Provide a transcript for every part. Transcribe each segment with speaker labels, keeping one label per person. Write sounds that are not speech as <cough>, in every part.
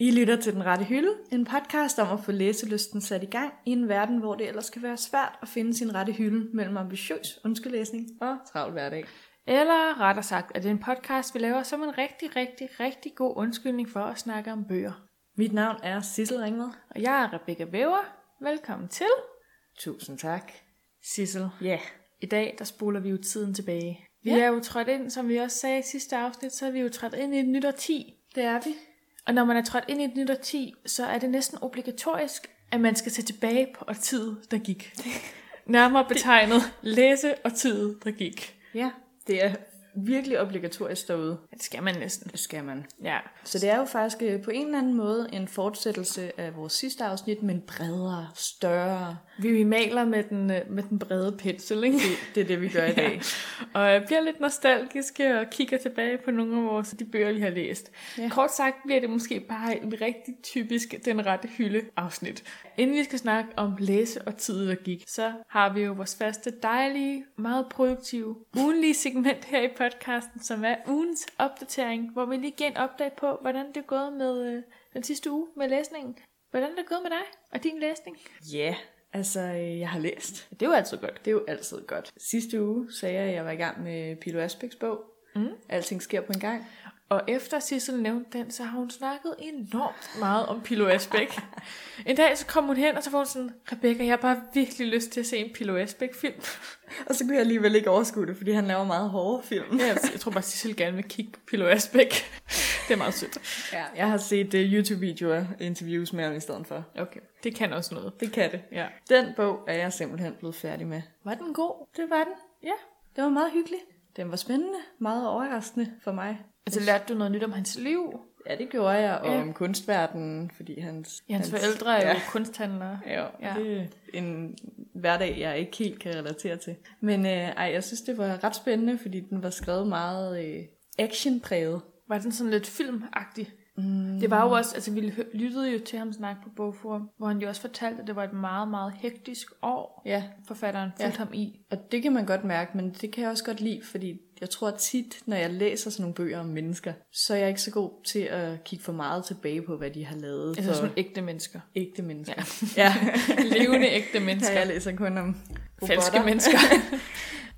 Speaker 1: lytter til Den Rette Hylde, en podcast om at få læselysten sat i gang i en verden, hvor det ellers kan være svært at finde sin rette hylde mellem ambitiøs ønskelæsning og travl hverdag.
Speaker 2: Eller rettere sagt, at det er en podcast, vi laver som en rigtig, rigtig, rigtig god undskyldning for at snakke om bøger.
Speaker 1: Mit navn er Sissel Ringved.
Speaker 2: Og jeg er Rebecca Væver. Velkommen til.
Speaker 1: Tusind tak.
Speaker 2: Sissel,
Speaker 1: Ja. Yeah.
Speaker 2: i dag der spoler vi jo tiden tilbage. Vi
Speaker 1: Ja.
Speaker 2: er jo trådt ind, som vi også sagde i sidste afsnit, så er vi jo trådt ind i et nyt årti.
Speaker 1: Det er vi.
Speaker 2: Og når man er trådt ind i et nyt årti, så er det næsten obligatorisk, at man skal se tilbage på årtiet, der gik. Nærmere betegnet læse årtiet, der gik.
Speaker 1: Ja, det er virkelig obligatorisk derude.
Speaker 2: Det skal man næsten.
Speaker 1: Det skal man.
Speaker 2: Ja.
Speaker 1: Så det er jo faktisk øh, på en eller anden måde en fortsættelse af vores sidste afsnit, men bredere, større.
Speaker 2: Vi, vi maler med den, øh, med den brede pensel, ikke?
Speaker 1: Det er det, vi gør i dag.
Speaker 2: Og jeg bliver lidt nostalgiske og kigger tilbage på nogle af vores, de bøger, vi har læst.
Speaker 1: Ja.
Speaker 2: Ja. Kort sagt bliver det måske bare en rigtig typisk Den Rette Hylde afsnit. Inden vi skal snakke om læse og tid, der gik, så har vi jo vores faste dejlige, meget produktive, ugenlige segment her i podcasten, som er ugens opdatering, hvor vi lige giver en opdag på, hvordan det er gået med øh, den sidste uge med læsningen. Hvordan er det gået med dig og din læsning?
Speaker 1: <laughs> Ja, altså øh, jeg har læst.
Speaker 2: Det er jo altid godt.
Speaker 1: Det er jo altid godt. Sidste uge sagde jeg, at jeg var i gang med Pilo Asbæks bog. Mm. Alting sker på en gang.
Speaker 2: Og efter Sissel nævnte den, så har hun snakket enormt meget om Pilo Asbæk. en dag så kom hun hen, og så var hun sådan, Rebecca, jeg har bare virkelig lyst til at se en Pilo Asbæk-film.
Speaker 1: Og så kunne jeg alligevel ikke overskue det, fordi han laver meget hårde film.
Speaker 2: ja, altså, jeg tror bare, Sissel gerne vil kigge på Pilo Asbæk. det er meget sødt.
Speaker 1: Ja. <laughs> Jeg har set uh, YouTube-videoer, interviews med ham i stedet for.
Speaker 2: Okay, det kan også noget.
Speaker 1: Det kan det.
Speaker 2: Ja.
Speaker 1: Den bog er jeg simpelthen blevet færdig med.
Speaker 2: Var den god?
Speaker 1: Det var den.
Speaker 2: Ja.
Speaker 1: Det var meget hyggelig. Den var spændende. Meget overraskende for mig.
Speaker 2: Altså, lærte du noget nyt om hans liv?
Speaker 1: Ja, det gjorde jeg. Og
Speaker 2: Ja.
Speaker 1: om kunstverdenen, fordi hans...
Speaker 2: Ja, hans forældre er jo
Speaker 1: Ja.
Speaker 2: ja. kunsthandlere.
Speaker 1: Ja,
Speaker 2: Ja.
Speaker 1: det er en hverdag, jeg ikke helt kan relatere til. Men øh, ej, jeg synes, det var ret spændende, fordi den var skrevet meget øh, actionpræget.
Speaker 2: Var den sådan lidt filmagtig? Mm. Det var jo også, altså vi hø- lyttede jo til ham snakke på Bogforum, hvor han jo også fortalte, at det var et meget, meget hektisk år,
Speaker 1: Ja,
Speaker 2: forfatteren fulgte ja. ham i.
Speaker 1: og det kan man godt mærke, men det kan jeg også godt lide, fordi jeg tror tit, når jeg læser sådan nogle bøger om mennesker, så er jeg ikke så god til at kigge for meget tilbage på, hvad de har lavet
Speaker 2: Altså
Speaker 1: for
Speaker 2: sådan ægte mennesker.
Speaker 1: ægte mennesker.
Speaker 2: Ja.
Speaker 1: ja.
Speaker 2: <laughs> Levende ægte
Speaker 1: <laughs> ja
Speaker 2: mennesker.
Speaker 1: jeg læser kun om
Speaker 2: Falske
Speaker 1: <laughs> robotter.
Speaker 2: mennesker. <laughs>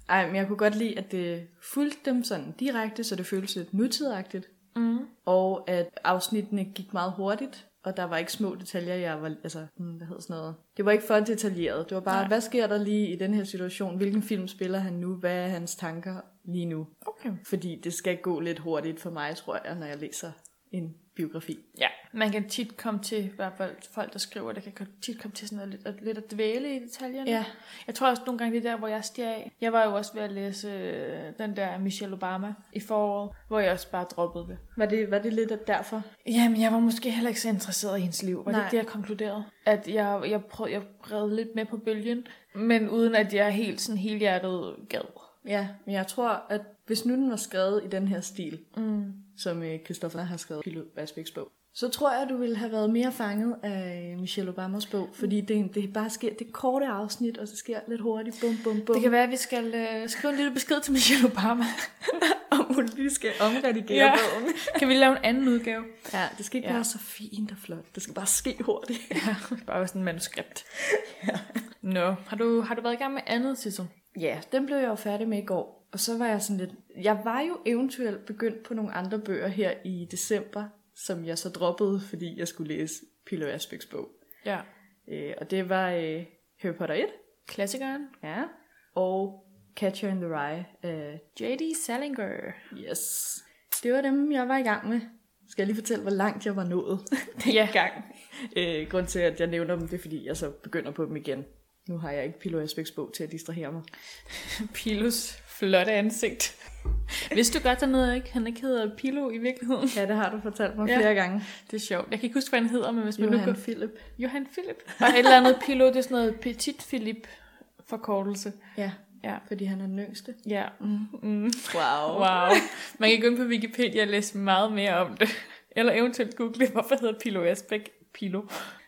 Speaker 1: Ej, men jeg kunne godt lide, at det fulgte dem sådan direkte, så det føltes lidt nutidagtigt.
Speaker 2: Mm.
Speaker 1: Og at afsnittene gik meget hurtigt, og der var ikke små detaljer, jeg var, altså, hmm, hvad hedder sådan noget. Det var ikke for detaljeret, det var bare, Nej.
Speaker 2: Nej.
Speaker 1: hvad sker der lige i den her situation? Hvilken film spiller han nu? Hvad er hans tanker lige nu?
Speaker 2: Okay.
Speaker 1: Fordi det skal gå lidt hurtigt for mig, tror jeg, når jeg læser en biografi.
Speaker 2: Ja, man kan tit komme til, i hvert fald folk, der skriver, der kan godt tit komme til sådan noget lidt, at- lidt at dvæle i detaljerne.
Speaker 1: Ja.
Speaker 2: Jeg tror også nogle gange, det er der, hvor jeg stiger af. Jeg var jo også ved at læse øh, den der Michelle Obama i foråret, hvor jeg også bare droppede det.
Speaker 1: Var det, var det lidt derfor?
Speaker 2: Jamen, jeg var måske heller ikke så interesseret i hendes liv, og det
Speaker 1: Nej.
Speaker 2: er det, jeg konkluderede. At jeg, jeg, prøv, jeg redde lidt med på bølgen, men uden at jeg helt sådan helhjertet gad.
Speaker 1: Ja, men jeg tror, at hvis nu den var skrevet i den her stil, mm. som øh, Christoffer har skrevet i Asbæks bog, så tror jeg, du ville have været mere fanget af øh, Michelle Obamas bog, fordi det, det bare sker, det er korte afsnit, og så sker lidt hurtigt, bum, bum, bum.
Speaker 2: Det kan være, at vi skal øh, skrive en lille besked til Michelle Obama. <laughs>
Speaker 1: om hun lige skal omredigere
Speaker 2: Ja. kan vi lave en anden udgave?
Speaker 1: Ja, det skal ikke ja.
Speaker 2: Ja.
Speaker 1: være så fint og flot. Det skal bare ske hurtigt.
Speaker 2: Ja, bare sådan en manuskript. ja. Nå, har du, har du været i gang med andet, Sissel?
Speaker 1: Ja, den blev jeg jo færdig med i går. Og så var jeg sådan lidt... Jeg var jo eventuelt begyndt på nogle andre bøger her i december, som jeg så droppede, fordi jeg skulle læse Pilo Asbæks bog.
Speaker 2: Ja.
Speaker 1: Øh, og det var øh, Harry Potter 1
Speaker 2: Klassikeren?
Speaker 1: ja. og Catcher in the Rye. Øh,
Speaker 2: J.D. Salinger.
Speaker 1: yes. Det var dem, jeg var i gang med. Skal jeg lige fortælle, hvor langt jeg var nået <laughs>
Speaker 2: Ja.
Speaker 1: gang? Øh, grund til, at jeg nævner dem, det er, fordi jeg så begynder på dem igen. Nu har jeg ikke Pilo Asbæks bog til at distrahere mig.
Speaker 2: Pilos flotte ansigt. <laughs> Vidste du godt dernede, ikke? Han ikke hedder Pilo i virkeligheden.
Speaker 1: Ja, det har du fortalt mig
Speaker 2: Ja.
Speaker 1: flere gange.
Speaker 2: Det er sjovt. Jeg kan ikke huske, hvad han hedder, men hvis man nu
Speaker 1: Johan
Speaker 2: går...
Speaker 1: Philip.
Speaker 2: Johan Philip. Og et eller andet Pilo, det er sådan noget Petit Philip forkortelse.
Speaker 1: Ja,
Speaker 2: Ja.
Speaker 1: fordi han er den yngste.
Speaker 2: Ja. Mm. Mm.
Speaker 1: Wow.
Speaker 2: Wow. Man kan gå ind på Wikipedia og læse meget mere om det. Eller eventuelt google, hvorfor hedder Pilo Asbæk Pilo.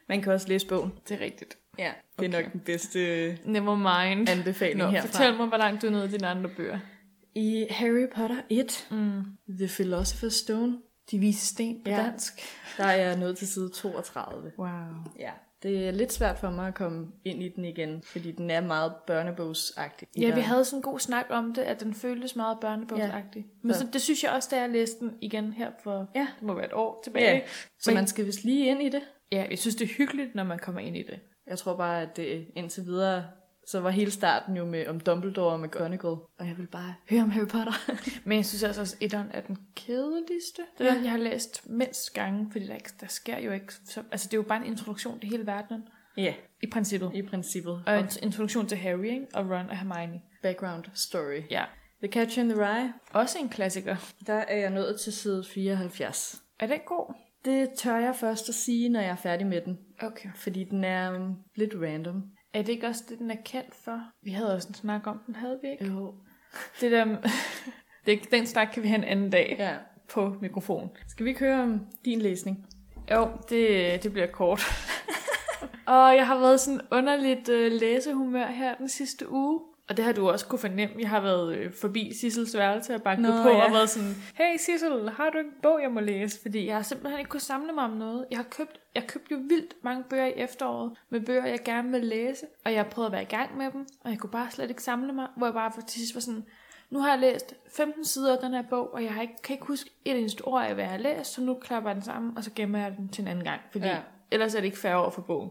Speaker 1: Man kan også læse bogen.
Speaker 2: Det er rigtigt.
Speaker 1: Ja, det er
Speaker 2: okay.
Speaker 1: nok den bedste øh,
Speaker 2: Never mind.
Speaker 1: anbefaling
Speaker 2: Nå,
Speaker 1: herfra.
Speaker 2: fortæl mig, hvor langt du er nået i dine andre bøger.
Speaker 1: I Harry Potter 1,
Speaker 2: Mm.
Speaker 1: The Philosopher's Stone,
Speaker 2: De vise sten på
Speaker 1: Ja.
Speaker 2: dansk.
Speaker 1: Der er jeg nået til side 32.
Speaker 2: Wow.
Speaker 1: Ja, det er lidt svært for mig at komme ind i den igen, fordi den er meget børnebogsagtig.
Speaker 2: Ja, vi havde sådan en god snak om det, at den føltes meget børnebogsagtig. Ja. Men
Speaker 1: Så-
Speaker 2: så, det synes jeg også, da jeg læste den igen her for,
Speaker 1: Ja.
Speaker 2: det må være et år tilbage.
Speaker 1: Ja,
Speaker 2: Ja.
Speaker 1: så man skal vist lige ind i det.
Speaker 2: ja, jeg synes, det er hyggeligt, når man kommer ind i det.
Speaker 1: Jeg tror bare, at det, indtil videre, så var hele starten jo med om Dumbledore og McGonagall. Og jeg vil bare høre om Harry <laughs> Potter.
Speaker 2: Men jeg synes altså også, at etteren er den kedeligste. Det er
Speaker 1: Ja.
Speaker 2: den, jeg har læst mindst gange, fordi der, ikke, der sker jo ikke... Så, altså, det er jo bare en introduktion til hele verdenen,
Speaker 1: ja,
Speaker 2: i princippet.
Speaker 1: i princippet.
Speaker 2: Og
Speaker 1: Og
Speaker 2: en introduktion til Harry, ikke? og Ron og Hermione.
Speaker 1: background story.
Speaker 2: Ja,
Speaker 1: The Catcher in the Rye,
Speaker 2: også en klassiker.
Speaker 1: der er jeg nået til side 74.
Speaker 2: Er den god?
Speaker 1: Det tør jeg først at sige, når jeg er færdig med den.
Speaker 2: Okay.
Speaker 1: Fordi den er um, lidt random.
Speaker 2: Er det ikke også det, den er kendt for? Vi havde også en snak om den, havde vi ikke?
Speaker 1: Jo.
Speaker 2: Det der, <laughs> det, er ikke- den snak kan vi have en anden dag ja.
Speaker 1: Ja.
Speaker 2: på mikrofon.
Speaker 1: Skal vi ikke høre om din læsning?
Speaker 2: Jo, det, det bliver kort. <laughs> og jeg har været sådan underligt øh, læsehumør her den sidste uge. Og det har du også kunne fornemme. Jeg har været øh, forbi Sissels værelse og banket
Speaker 1: Nå,
Speaker 2: på
Speaker 1: ja.
Speaker 2: og været sådan, hey Sissel, har du en bog, jeg må læse? Fordi jeg har simpelthen ikke kunne samle mig om noget. Jeg har købt, jeg købte jo vildt mange bøger i efteråret, med bøger, jeg gerne vil læse. Og jeg prøvede at være i gang med dem, og jeg kunne bare slet ikke samle mig. Hvor jeg bare for til sidst var sådan, nu har jeg læst 15 sider af den her bog, og jeg har ikke, kan ikke huske et eneste ord af, hvad jeg har læst, så nu klapper jeg den sammen, og så gemmer jeg den til en anden gang. Fordi
Speaker 1: Ja.
Speaker 2: ja. ellers er det ikke fair over for bogen.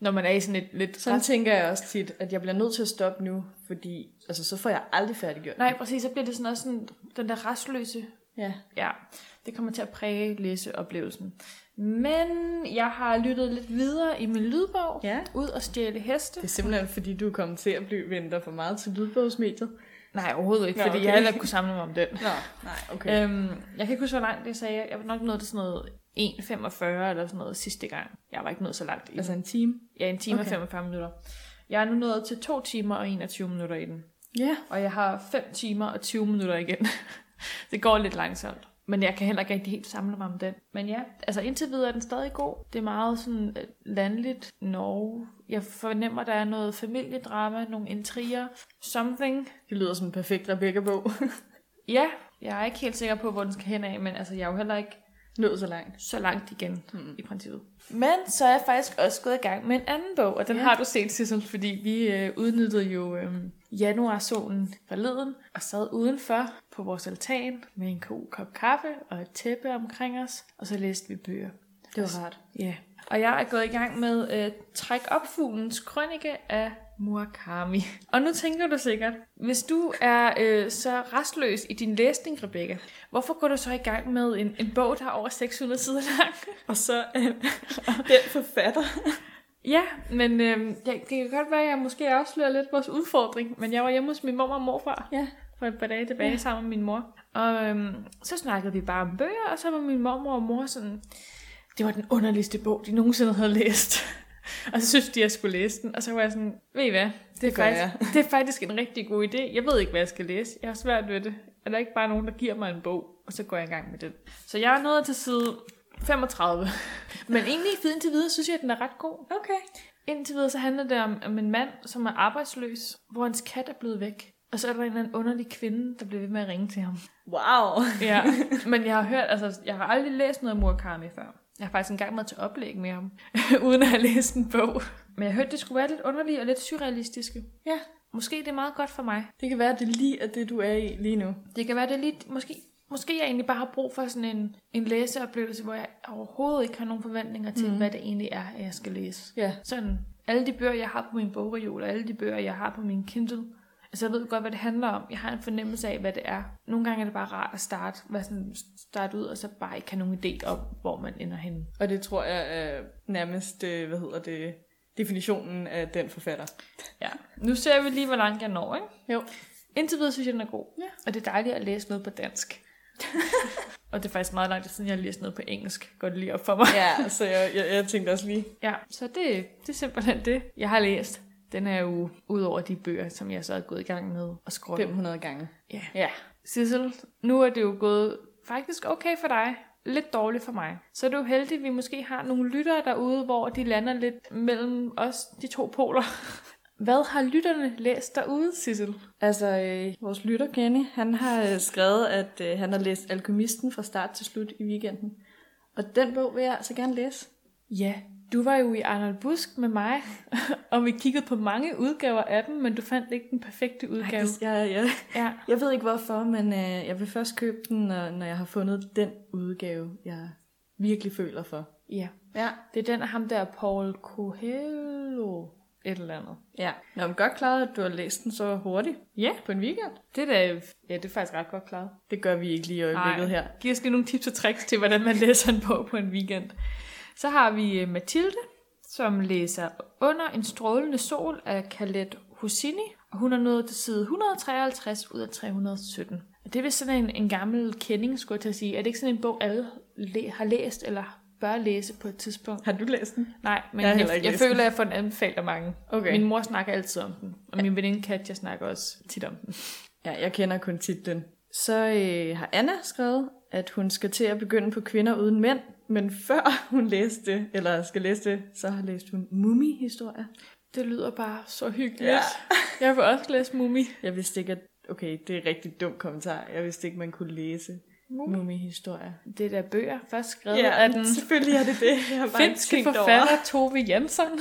Speaker 2: Når man er i sådan et lidt...
Speaker 1: Sådan tænker jeg også tit, at jeg bliver nødt til at stoppe nu, fordi altså, så får jeg aldrig færdiggjort.
Speaker 2: Nej, præcis, så bliver det sådan også sådan, den der restløse
Speaker 1: Ja.
Speaker 2: ja, det kommer til at præge læseoplevelsen. Men jeg har lyttet lidt videre i min lydbog,
Speaker 1: Ja.
Speaker 2: ud og stjæle heste.
Speaker 1: Det er simpelthen, fordi du er kommet til at blive venter for meget til lydbogsmediet.
Speaker 2: Nej, overhovedet ikke,
Speaker 1: Nå,
Speaker 2: fordi okay.
Speaker 1: okay.
Speaker 2: jeg heller ikke kunne samle mig om den.
Speaker 1: Nå, nej,
Speaker 2: <laughs>
Speaker 1: okay.
Speaker 2: Øhm, jeg kan ikke huske, hvor langt det sagde. Jeg var nok nået til sådan noget 1.45 eller sådan noget sidste gang. Jeg var ikke nået så langt i den.
Speaker 1: Altså en time.
Speaker 2: Ja, en time okay.
Speaker 1: okay.
Speaker 2: og 45 minutter. Jeg er nu nået til 2 timer og 21 minutter i den.
Speaker 1: Ja.
Speaker 2: Og jeg har 5 timer og 20 minutter igen. <laughs> det går lidt langsomt. Men jeg kan heller ikke rigtig helt samle mig om den. Men ja, altså indtil videre er den stadig god. Det er meget sådan øh, landligt Norge. Jeg fornemmer, der er noget familiedrama, nogle intriger, something.
Speaker 1: Det lyder som en perfekt Rebecca-bog. <laughs>
Speaker 2: Ja, jeg er ikke helt sikker på, hvor den skal hen af, men altså, jeg er jo heller ikke
Speaker 1: Nået så langt.
Speaker 2: så langt igen, mm. i princippet. Men så er jeg faktisk også gået i gang med en anden bog, og den
Speaker 1: Ja.
Speaker 2: ja. har du set, Sissel, fordi vi øh, udnyttede jo øh, januarsolen forleden, og sad udenfor på vores altan med en god kop kaffe og et tæppe omkring os, og så læste vi bøger.
Speaker 1: Det var rart.
Speaker 2: Ja, yeah. og jeg er gået i gang med øh, Træk op fuglens krønike af Murakami. Og nu tænker du sikkert, hvis du er øh, så restløs i din læsning, Rebecca, hvorfor går du så i gang med en, en bog, der er over 600 sider lang?
Speaker 1: Og så øh, den forfatter.
Speaker 2: Ja, men øh, ja, det kan godt være, at jeg måske afslører lidt vores udfordring, men jeg var hjemme hos min mor og morfar
Speaker 1: Ja.
Speaker 2: for et par dage tilbage ja. sammen med min mor. Og øhm, så snakkede vi bare om bøger, og så var min mormor og mor sådan, det var den underligste bog, de nogensinde havde læst. <laughs> og så synes de, jeg skulle læse den, og så var jeg sådan, ved I hvad, det er,
Speaker 1: gør
Speaker 2: faktisk, <laughs> det er faktisk en rigtig god idé. Jeg ved ikke, hvad jeg skal læse. Jeg har svært ved det. Er der ikke bare nogen, der giver mig en bog, og så går jeg i gang med den. Så jeg er nået til side 35. Men egentlig indtil videre, synes jeg, at den er ret god.
Speaker 1: Okay.
Speaker 2: Indtil videre så handler det om, om en mand, som er arbejdsløs, hvor hans kat er blevet væk. Og så er der en eller anden underlig kvinde, der bliver ved med at ringe til ham.
Speaker 1: Wow.
Speaker 2: Ja, <laughs> men jeg har hørt, altså jeg har aldrig læst noget af Murakami før. Jeg har faktisk engang været til oplæg med ham, <laughs> uden at have læst en bog. Men jeg hørte, det skulle være lidt underligt og lidt surrealistiske.
Speaker 1: Ja.
Speaker 2: Måske det er meget godt for mig.
Speaker 1: Det kan være, at det lige er det, du er i lige nu.
Speaker 2: Det kan være, det er lidt, måske, måske jeg egentlig bare har brug for sådan en, en læseoplevelse, hvor jeg overhovedet ikke har nogen forventninger til, mm. hvad det egentlig er, at jeg skal læse.
Speaker 1: Ja.
Speaker 2: sådan, alle de bøger, jeg har på min bogreol, og alle de bøger, jeg har på min Kindle, altså jeg ved godt, hvad det handler om. Jeg har en fornemmelse af, hvad det er. Nogle gange er det bare rart at starte, være sådan, starte ud, og så bare ikke have nogen idé om, hvor man ender henne.
Speaker 1: Og det tror jeg er nærmest, øh, hvad hedder det, definitionen af den forfatter.
Speaker 2: Ja. Nu ser vi lige, hvor langt jeg når, ikke?
Speaker 1: Jo.
Speaker 2: Indtil videre synes jeg, den er god.
Speaker 1: Ja.
Speaker 2: Og det er dejligt at læse noget på
Speaker 1: <laughs>
Speaker 2: dansk. og det er faktisk meget langt siden, jeg har læst noget på engelsk. Går det lige op for mig.
Speaker 1: Ja, så jeg, jeg, jeg tænkte også lige.
Speaker 2: Ja, så det, det er simpelthen det, jeg har læst den her uge. Udover de bøger, som jeg så er gået i gang med og scrolle.
Speaker 1: 500 gange.
Speaker 2: Ja.
Speaker 1: Ja.
Speaker 2: Sissel, nu er det jo gået faktisk okay for dig, lidt dårligt for mig. Så er du heldig, at vi måske har nogle lyttere derude, hvor de lander lidt mellem os, de to poler. <laughs> Hvad har lytterne læst derude, Sissel?
Speaker 1: Altså, øh, vores lytter Kenny, han har øh, skrevet, at øh, han har læst Alkemisten fra start til slut i weekenden. Og den bog vil jeg altså gerne læse.
Speaker 2: Ja, du var jo i Arnold Busk med mig, <laughs> og vi kiggede på mange udgaver af den, men du fandt ikke den perfekte udgave.
Speaker 1: det- jeg, jeg,
Speaker 2: Ja,
Speaker 1: jeg ved ikke hvorfor, men øh, jeg vil først købe den, når, når jeg har fundet den udgave, jeg virkelig føler for.
Speaker 2: ja.
Speaker 1: Ja.
Speaker 2: Det er den af ham der, Paul Coelho, et eller andet.
Speaker 1: Ja. Nå, men godt klaret, at du har læst den så hurtigt
Speaker 2: Ja,
Speaker 1: på en weekend.
Speaker 2: det er da, ja, det er faktisk ret godt klaret.
Speaker 1: Det gør vi ikke lige i øjeblikket
Speaker 2: Ej.
Speaker 1: her.
Speaker 2: Giv os lige nogle tips og tricks til, hvordan man læser en bog på en weekend. Så har vi øh, Mathilde, som læser Under en strålende sol af Khaled Hosseini. Og hun er nået til side 153 ud af 317. Og det er vist sådan en, en gammel kending, skulle jeg til at sige. Er det ikke sådan en bog, alle læ- har læst eller bør læse på et tidspunkt?
Speaker 1: Har du læst den?
Speaker 2: Nej, men
Speaker 1: Jeg har
Speaker 2: jeg,
Speaker 1: heller
Speaker 2: jeg,
Speaker 1: ikke
Speaker 2: jeg
Speaker 1: læst den.
Speaker 2: føler, at jeg får den anbefalet af mange.
Speaker 1: Okay.
Speaker 2: Min mor snakker altid om den, og min veninde Katja snakker også tit om den.
Speaker 1: Ja, jeg kender kun titlen. Så øh, har Anna skrevet, at hun skal til at begynde på Kvinder uden mænd, men før <laughs> hun læste, eller skal læse det, så har læst hun Mumi-historier.
Speaker 2: Det lyder bare så hyggeligt.
Speaker 1: Ja.
Speaker 2: Jeg vil også læse Mumi.
Speaker 1: Jeg vidste ikke, at... Okay, det er en rigtig dum kommentar. Jeg vidste ikke, man kunne læse
Speaker 2: Mumi.
Speaker 1: Mumi-historier.
Speaker 2: Det der bøger, først skrevet ja, af den
Speaker 1: selvfølgelig er det det. Jeg har bare ikke
Speaker 2: finske
Speaker 1: tænkt over.
Speaker 2: forfatter Tove
Speaker 1: <laughs>
Speaker 2: Jansson.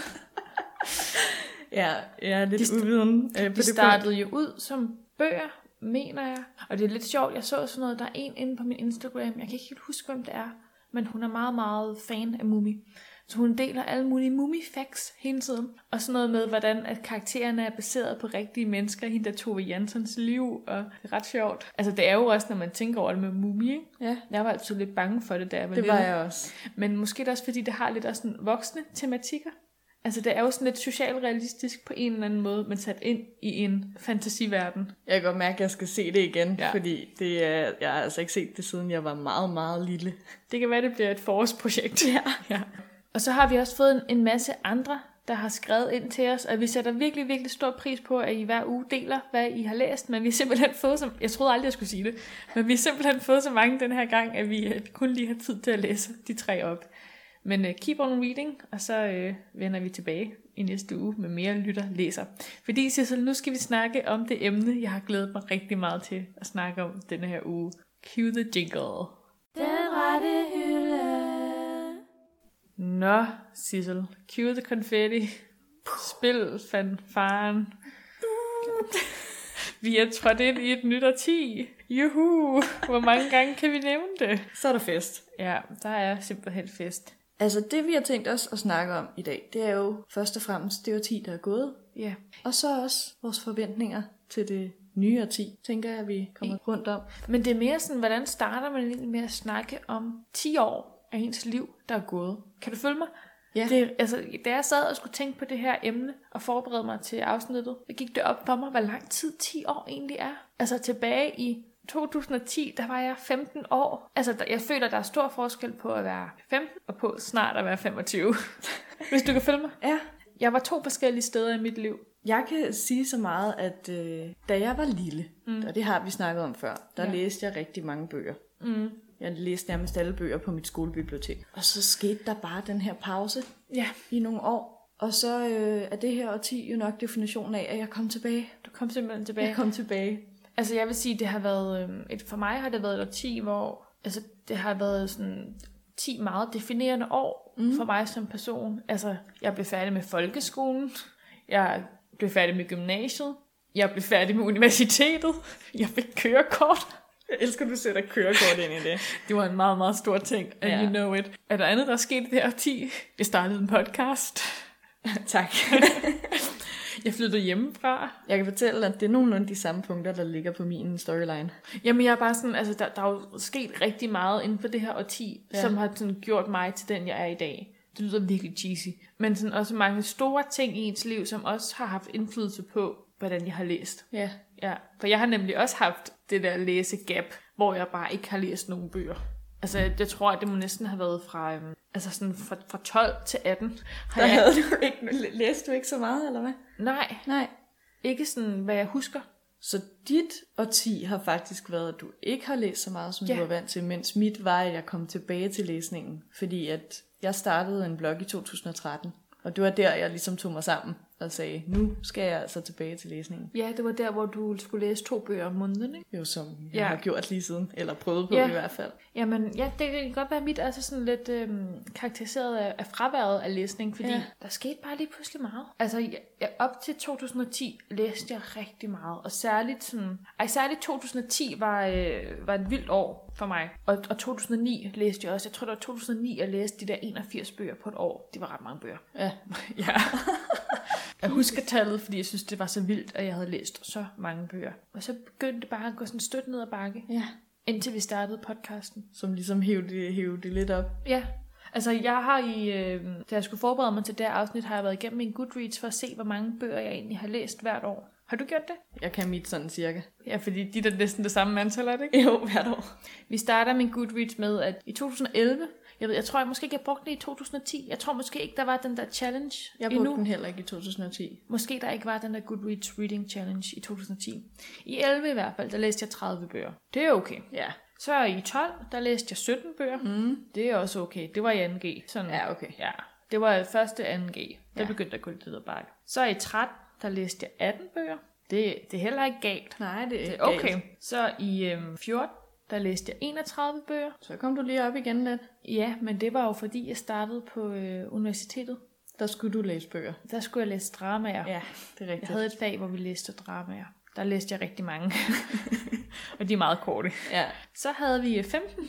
Speaker 1: Ja, jeg er lidt
Speaker 2: De st-
Speaker 1: uviden øh, på
Speaker 2: De
Speaker 1: det punkt.
Speaker 2: startede jo ud som bøger, mener jeg. Og det er lidt sjovt, jeg så sådan noget, der er en inde på min Instagram, jeg kan ikke helt huske, hvem det er, men hun er meget, meget fan af Mumi. Så hun deler alle mulige mumifacts hele tiden. Og sådan noget med, hvordan at karaktererne er baseret på rigtige mennesker, hende der Tove Janssons liv, og det er ret sjovt. Altså det er jo også, når man tænker over det med Mumi, ikke?
Speaker 1: Ja,
Speaker 2: Jeg var altid lidt bange for det, da jeg var
Speaker 1: det
Speaker 2: lille.
Speaker 1: var jeg også.
Speaker 2: Men måske er det også, fordi det har lidt også sådan voksne tematikker. Altså, det er jo sådan lidt socialrealistisk på en eller anden måde, men sat ind i en fantasiverden.
Speaker 1: Jeg kan godt mærke, at jeg skal se det igen,
Speaker 2: Ja.
Speaker 1: ja. fordi det er, jeg har altså ikke set det, siden jeg var meget, meget lille.
Speaker 2: Det kan være, det bliver et forårsprojekt. Ja. <laughs> ja. Og så har vi også fået en, en masse andre, der har skrevet ind til os, og vi sætter virkelig, virkelig stor pris på, at I hver uge deler, hvad I har læst, men vi har simpelthen fået så... Jeg troede aldrig, jeg skulle sige det, men vi har simpelthen fået så mange den her gang, at vi, at vi kun lige har tid til at læse de tre op. Men uh, keep on reading, og så uh, vender vi tilbage i næste uge med mere lytter læser. Fordi Sissel, nu skal vi snakke om det emne, jeg har glædet mig rigtig meget til at snakke om denne her uge. Cue the jingle.
Speaker 3: Den rette hylde.
Speaker 2: Nå, Sissel. Cue the confetti. Spil fanfaren. Vi er trådt ind i et nyt årti. Juhu! Hvor mange gange kan vi nævne det?
Speaker 1: Så er der fest.
Speaker 2: Ja, der er simpelthen fest.
Speaker 1: Altså det, vi har tænkt os at snakke om i dag, det er jo først og fremmest det årti, der er gået,
Speaker 2: Ja.
Speaker 1: og så også vores forventninger til det nye årti, tænker jeg, vi kommer rundt om.
Speaker 2: Men det er mere sådan, hvordan starter man egentlig med at snakke om 10 år af ens liv, der er gået? Kan du følge mig?
Speaker 1: Ja.
Speaker 2: Det, er- altså, da jeg sad og skulle tænke på det her emne og forberede mig til afsnittet, så gik det op for mig, hvor lang tid 10 år egentlig er. Altså tilbage i 2010, der var jeg 15 år. Altså, der, jeg føler, der er stor forskel på at være 15 og på snart at være 25. Hvis du kan følge mig.
Speaker 1: Ja,
Speaker 2: Jeg var to forskellige steder i mit liv.
Speaker 1: jeg kan sige så meget, at øh, da jeg var lille, mm. og det har vi snakket om før, der
Speaker 2: Ja.
Speaker 1: ja. læste jeg rigtig mange bøger.
Speaker 2: Mm.
Speaker 1: Jeg læste nærmest alle bøger på mit skolebibliotek. Og så skete der bare den her pause,
Speaker 2: Ja,
Speaker 1: i nogle år. Og så øh, er det her årti jo nok definitionen af, at jeg kom tilbage.
Speaker 2: du kom simpelthen tilbage.
Speaker 1: Jeg kom tilbage.
Speaker 2: Altså jeg vil sige, det har været, øhm, et, for mig har det været et årti, hvor altså, det har været sådan 10 meget definerende år
Speaker 1: Mhm.
Speaker 2: mm. for mig som person. Altså jeg blev færdig med folkeskolen, jeg blev færdig med gymnasiet, jeg blev færdig med universitetet, jeg fik kørekort.
Speaker 1: Jeg elsker, at du sætter kørekort ind i det.
Speaker 2: Det var en meget, meget stor ting, and
Speaker 1: Ja.
Speaker 2: you know it. Er der andet, der er sket i det her årti? Jeg startede en podcast,
Speaker 1: <laughs> tak.
Speaker 2: <laughs> jeg flyttede hjemmefra,
Speaker 1: <laughs> Jeg kan fortælle, at det er nogenlunde de samme punkter, der ligger på min storyline.
Speaker 2: Jamen jeg er bare sådan, altså der, der er jo sket rigtig meget inden for det her årti, ja.
Speaker 1: Ja.
Speaker 2: som har sådan gjort mig til den, jeg er i dag. Det lyder virkelig cheesy. Men sådan også mange store ting i ens liv, som også har haft indflydelse på, hvordan jeg har læst.
Speaker 1: Ja.
Speaker 2: Ja, for jeg har nemlig også haft det der læsegap, hvor jeg bare ikke har læst nogen bøger. Altså, jeg, jeg tror, at det må næsten have været fra, øhm, altså sådan fra, fra 12 til 18. Har
Speaker 1: Der
Speaker 2: jeg,
Speaker 1: havde <laughs> du ikke, læste du ikke så meget, eller hvad?
Speaker 2: nej,
Speaker 1: Nej.
Speaker 2: ikke sådan, hvad jeg husker.
Speaker 1: Så dit årti har faktisk været, at du ikke har læst så meget, som
Speaker 2: Ja.
Speaker 1: du var vant til, mens mit var, at jeg kom tilbage til læsningen. Fordi at jeg startede en blog i 2013, og det var der, jeg ligesom tog mig sammen. og sagde, nu skal jeg altså tilbage til læsningen.
Speaker 2: Ja, det var der, hvor du skulle læse to bøger om måneden, ikke?
Speaker 1: Jo, som jeg
Speaker 2: Ja.
Speaker 1: ja. har gjort lige siden, eller prøvet på
Speaker 2: Ja.
Speaker 1: ja. i hvert fald.
Speaker 2: Jamen, ja, det kan godt være, at mit er så sådan lidt øhm, karakteriseret af, af fraværet af læsning, fordi ja.
Speaker 1: Ja.
Speaker 2: der skete bare lige pludselig meget. Altså, jeg, jeg, op til 2010 læste jeg rigtig meget, og særligt sådan... Ej, særligt 2010 var, øh, var et vildt år for mig, og, og 2009 læste jeg også. Jeg tror, det var 2009, jeg læste de der 81 bøger på et år. Det var ret mange bøger.
Speaker 1: Ja.
Speaker 2: <laughs> Ja. Jeg husker tallet, fordi jeg synes, det var så vildt, at jeg havde læst så mange bøger. Og så begyndte det bare at gå sådan stødt ned ad bakke,
Speaker 1: ja.
Speaker 2: indtil vi startede podcasten.
Speaker 1: Som ligesom hævde det, hævde det lidt op.
Speaker 2: Ja, altså jeg har i, øh, da jeg skulle forberede mig til det her afsnit, har jeg været igennem min Goodreads for at se, hvor mange bøger jeg egentlig har læst hvert år. Har du gjort det?
Speaker 1: Jeg kan mit sådan cirka.
Speaker 2: Ja, fordi de er da næsten det samme antal, er det ikke?
Speaker 1: Jo, hvert år.
Speaker 2: Vi starter min Goodreads med, at i 2011, jeg, ved, jeg tror jeg måske ikke, jeg brugte det i 2010. Jeg tror måske ikke, der var den der challenge
Speaker 1: Jeg brugte
Speaker 2: endnu.
Speaker 1: den heller ikke i 2010.
Speaker 2: Måske der ikke var den der Goodreads Reading Challenge i 2010. I 11 i hvert fald, der læste jeg 30 bøger. Det er okay.
Speaker 1: Ja.
Speaker 2: Så i 12, der læste jeg 17 bøger. Mm. Det er også okay. Det var i 2G. Sådan,
Speaker 1: Ja, okay.
Speaker 2: Ja, det var første 2G. Der ja.
Speaker 1: Ja.
Speaker 2: begyndte jeg kun lidt at bakke. Så i 13, der læste jeg 18 bøger. Det, det er heller ikke galt.
Speaker 1: Nej, det
Speaker 2: Det
Speaker 1: er
Speaker 2: er okay. Så i øhm, 14, der læste jeg 31 bøger.
Speaker 1: Så kom du lige op igen lidt.
Speaker 2: Ja, men det var jo fordi, jeg startede på øh, universitetet.
Speaker 1: Der skulle du læse bøger.
Speaker 2: Der skulle jeg læse dramaer.
Speaker 1: det er rigtigt.
Speaker 2: Jeg havde et fag, hvor vi læste dramaer. Der læste jeg rigtig mange. <laughs> og de er meget korte.
Speaker 1: Ja.
Speaker 2: Så havde vi øh, 15,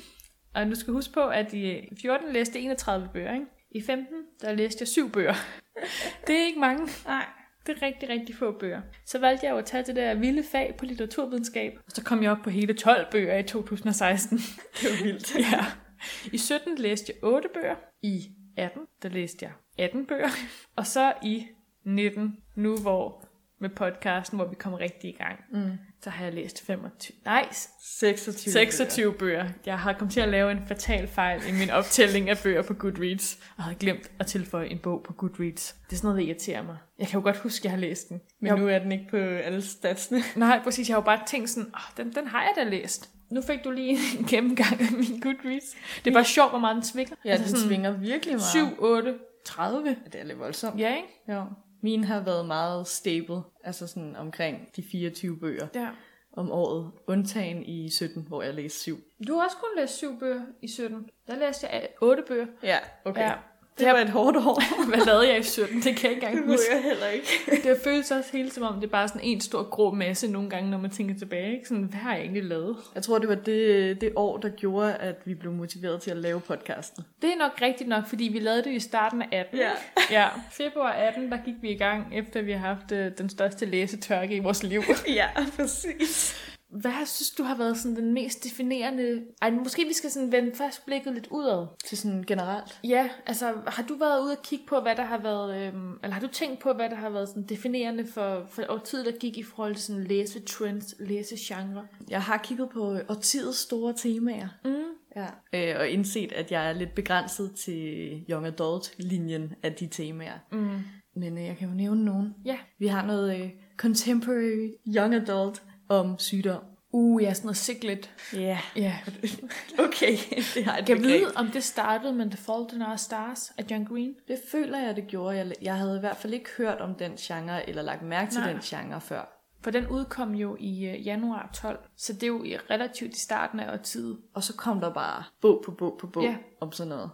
Speaker 2: og nu skal jeg huske på, at i øh, 14 læste jeg 31 bøger, ikke? I 15, der læste jeg 7 bøger. <laughs> det er ikke mange. Nej. Det er rigtig, rigtig få bøger. Så valgte jeg jo at tage det der vilde fag på litteraturvidenskab, og så kom jeg op på hele 12 bøger i 2016. <laughs> det var vildt. ja. I 17 læste jeg 8 bøger. I 18, der læste jeg 18 bøger. <laughs> Og så i 19, nu hvor med podcasten, hvor vi kom rigtig i gang, mm. så har jeg læst 25. Nej,
Speaker 1: 26.
Speaker 2: 26 bøger. Jeg har kommet til at lave en fatal fejl i min optælling af bøger på Goodreads, og havde glemt at tilføje en bog på Goodreads. Det er sådan noget, der irriterer mig. Jeg kan jo godt huske, at jeg har læst den.
Speaker 1: Men
Speaker 2: Jeg-
Speaker 1: nu er den ikke på alle statsene.
Speaker 2: Nej, præcis. Jeg har jo bare tænkt sådan, oh, den, den har jeg da læst. Nu fik du lige en <laughs> gennemgang af min Goodreads. Det er bare sjovt, hvor meget den Altså svinger.
Speaker 1: Ja, den svinger virkelig meget.
Speaker 2: 7, 8, 30.
Speaker 1: Det er lidt voldsomt.
Speaker 2: Ja, ikke?
Speaker 1: Jo. Min har været meget stable, altså sådan omkring de 24 bøger
Speaker 2: Ja.
Speaker 1: om året, undtagen i 17, hvor jeg læste 7.
Speaker 2: Du har også kun læst 7 bøger i 17. Der læste jeg 8 bøger. <laughs>
Speaker 1: Ja, okay.
Speaker 2: Ja.
Speaker 1: Ja. Det var et hårdt <laughs> år.
Speaker 2: Hvad lavede jeg i 17? Det kan jeg ikke engang huske.
Speaker 1: jeg heller ikke.
Speaker 2: <laughs> Det føles også helt som om, det er bare sådan en stor grå masse nogle gange, når man tænker tilbage. Ikke? Sådan, hvad har jeg egentlig lavet?
Speaker 1: Jeg tror, det var det, det år, der gjorde, at vi blev motiveret til at lave podcasten.
Speaker 2: Det er nok rigtigt nok, fordi vi lavede det i starten af 18.
Speaker 1: Ja.
Speaker 2: <laughs> ja. Februar 18, der gik vi i gang, efter vi har haft øh, den største læsetørke i vores liv.
Speaker 1: Ja, præcis.
Speaker 2: <laughs> Hvad synes du har været sådan den mest definerende... Ej, måske vi skal sådan vende først blikket lidt udad.
Speaker 1: Til sådan generelt.
Speaker 2: Ja, altså har du været ude og kigge på, hvad der har været... Øhm, eller har du tænkt på, hvad der har været sådan definerende for, for årtiet, der gik i forhold til sådan læsetrends, læsegenre?
Speaker 1: Jeg har kigget på øh, årtiets store temaer. Mm. Ja. Øh, og indset, at jeg er lidt begrænset til young adult-linjen af de temaer. Mm. Men øh, jeg kan jo nævne nogen.
Speaker 2: Ja.
Speaker 1: Vi har noget øh, contemporary young adult om sygdom.
Speaker 2: Uh, ja, sådan noget siglet.
Speaker 1: Ja.
Speaker 2: <laughs> Ja.
Speaker 1: Okay, <laughs> det har et
Speaker 2: Kan jeg
Speaker 1: begreb.
Speaker 2: vide, om det startede med The Fault in Our Stars af John Green?
Speaker 1: Det føler jeg, det gjorde. Jeg, jeg havde i hvert fald ikke hørt om den genre, eller lagt mærke til
Speaker 2: Nej.
Speaker 1: den genre før.
Speaker 2: For den udkom jo i øh, januar 12, så det er jo i- relativt i starten af årtiet.
Speaker 1: Og så kom der bare bog på bog på bog
Speaker 2: Ja.
Speaker 1: ja. om sådan noget.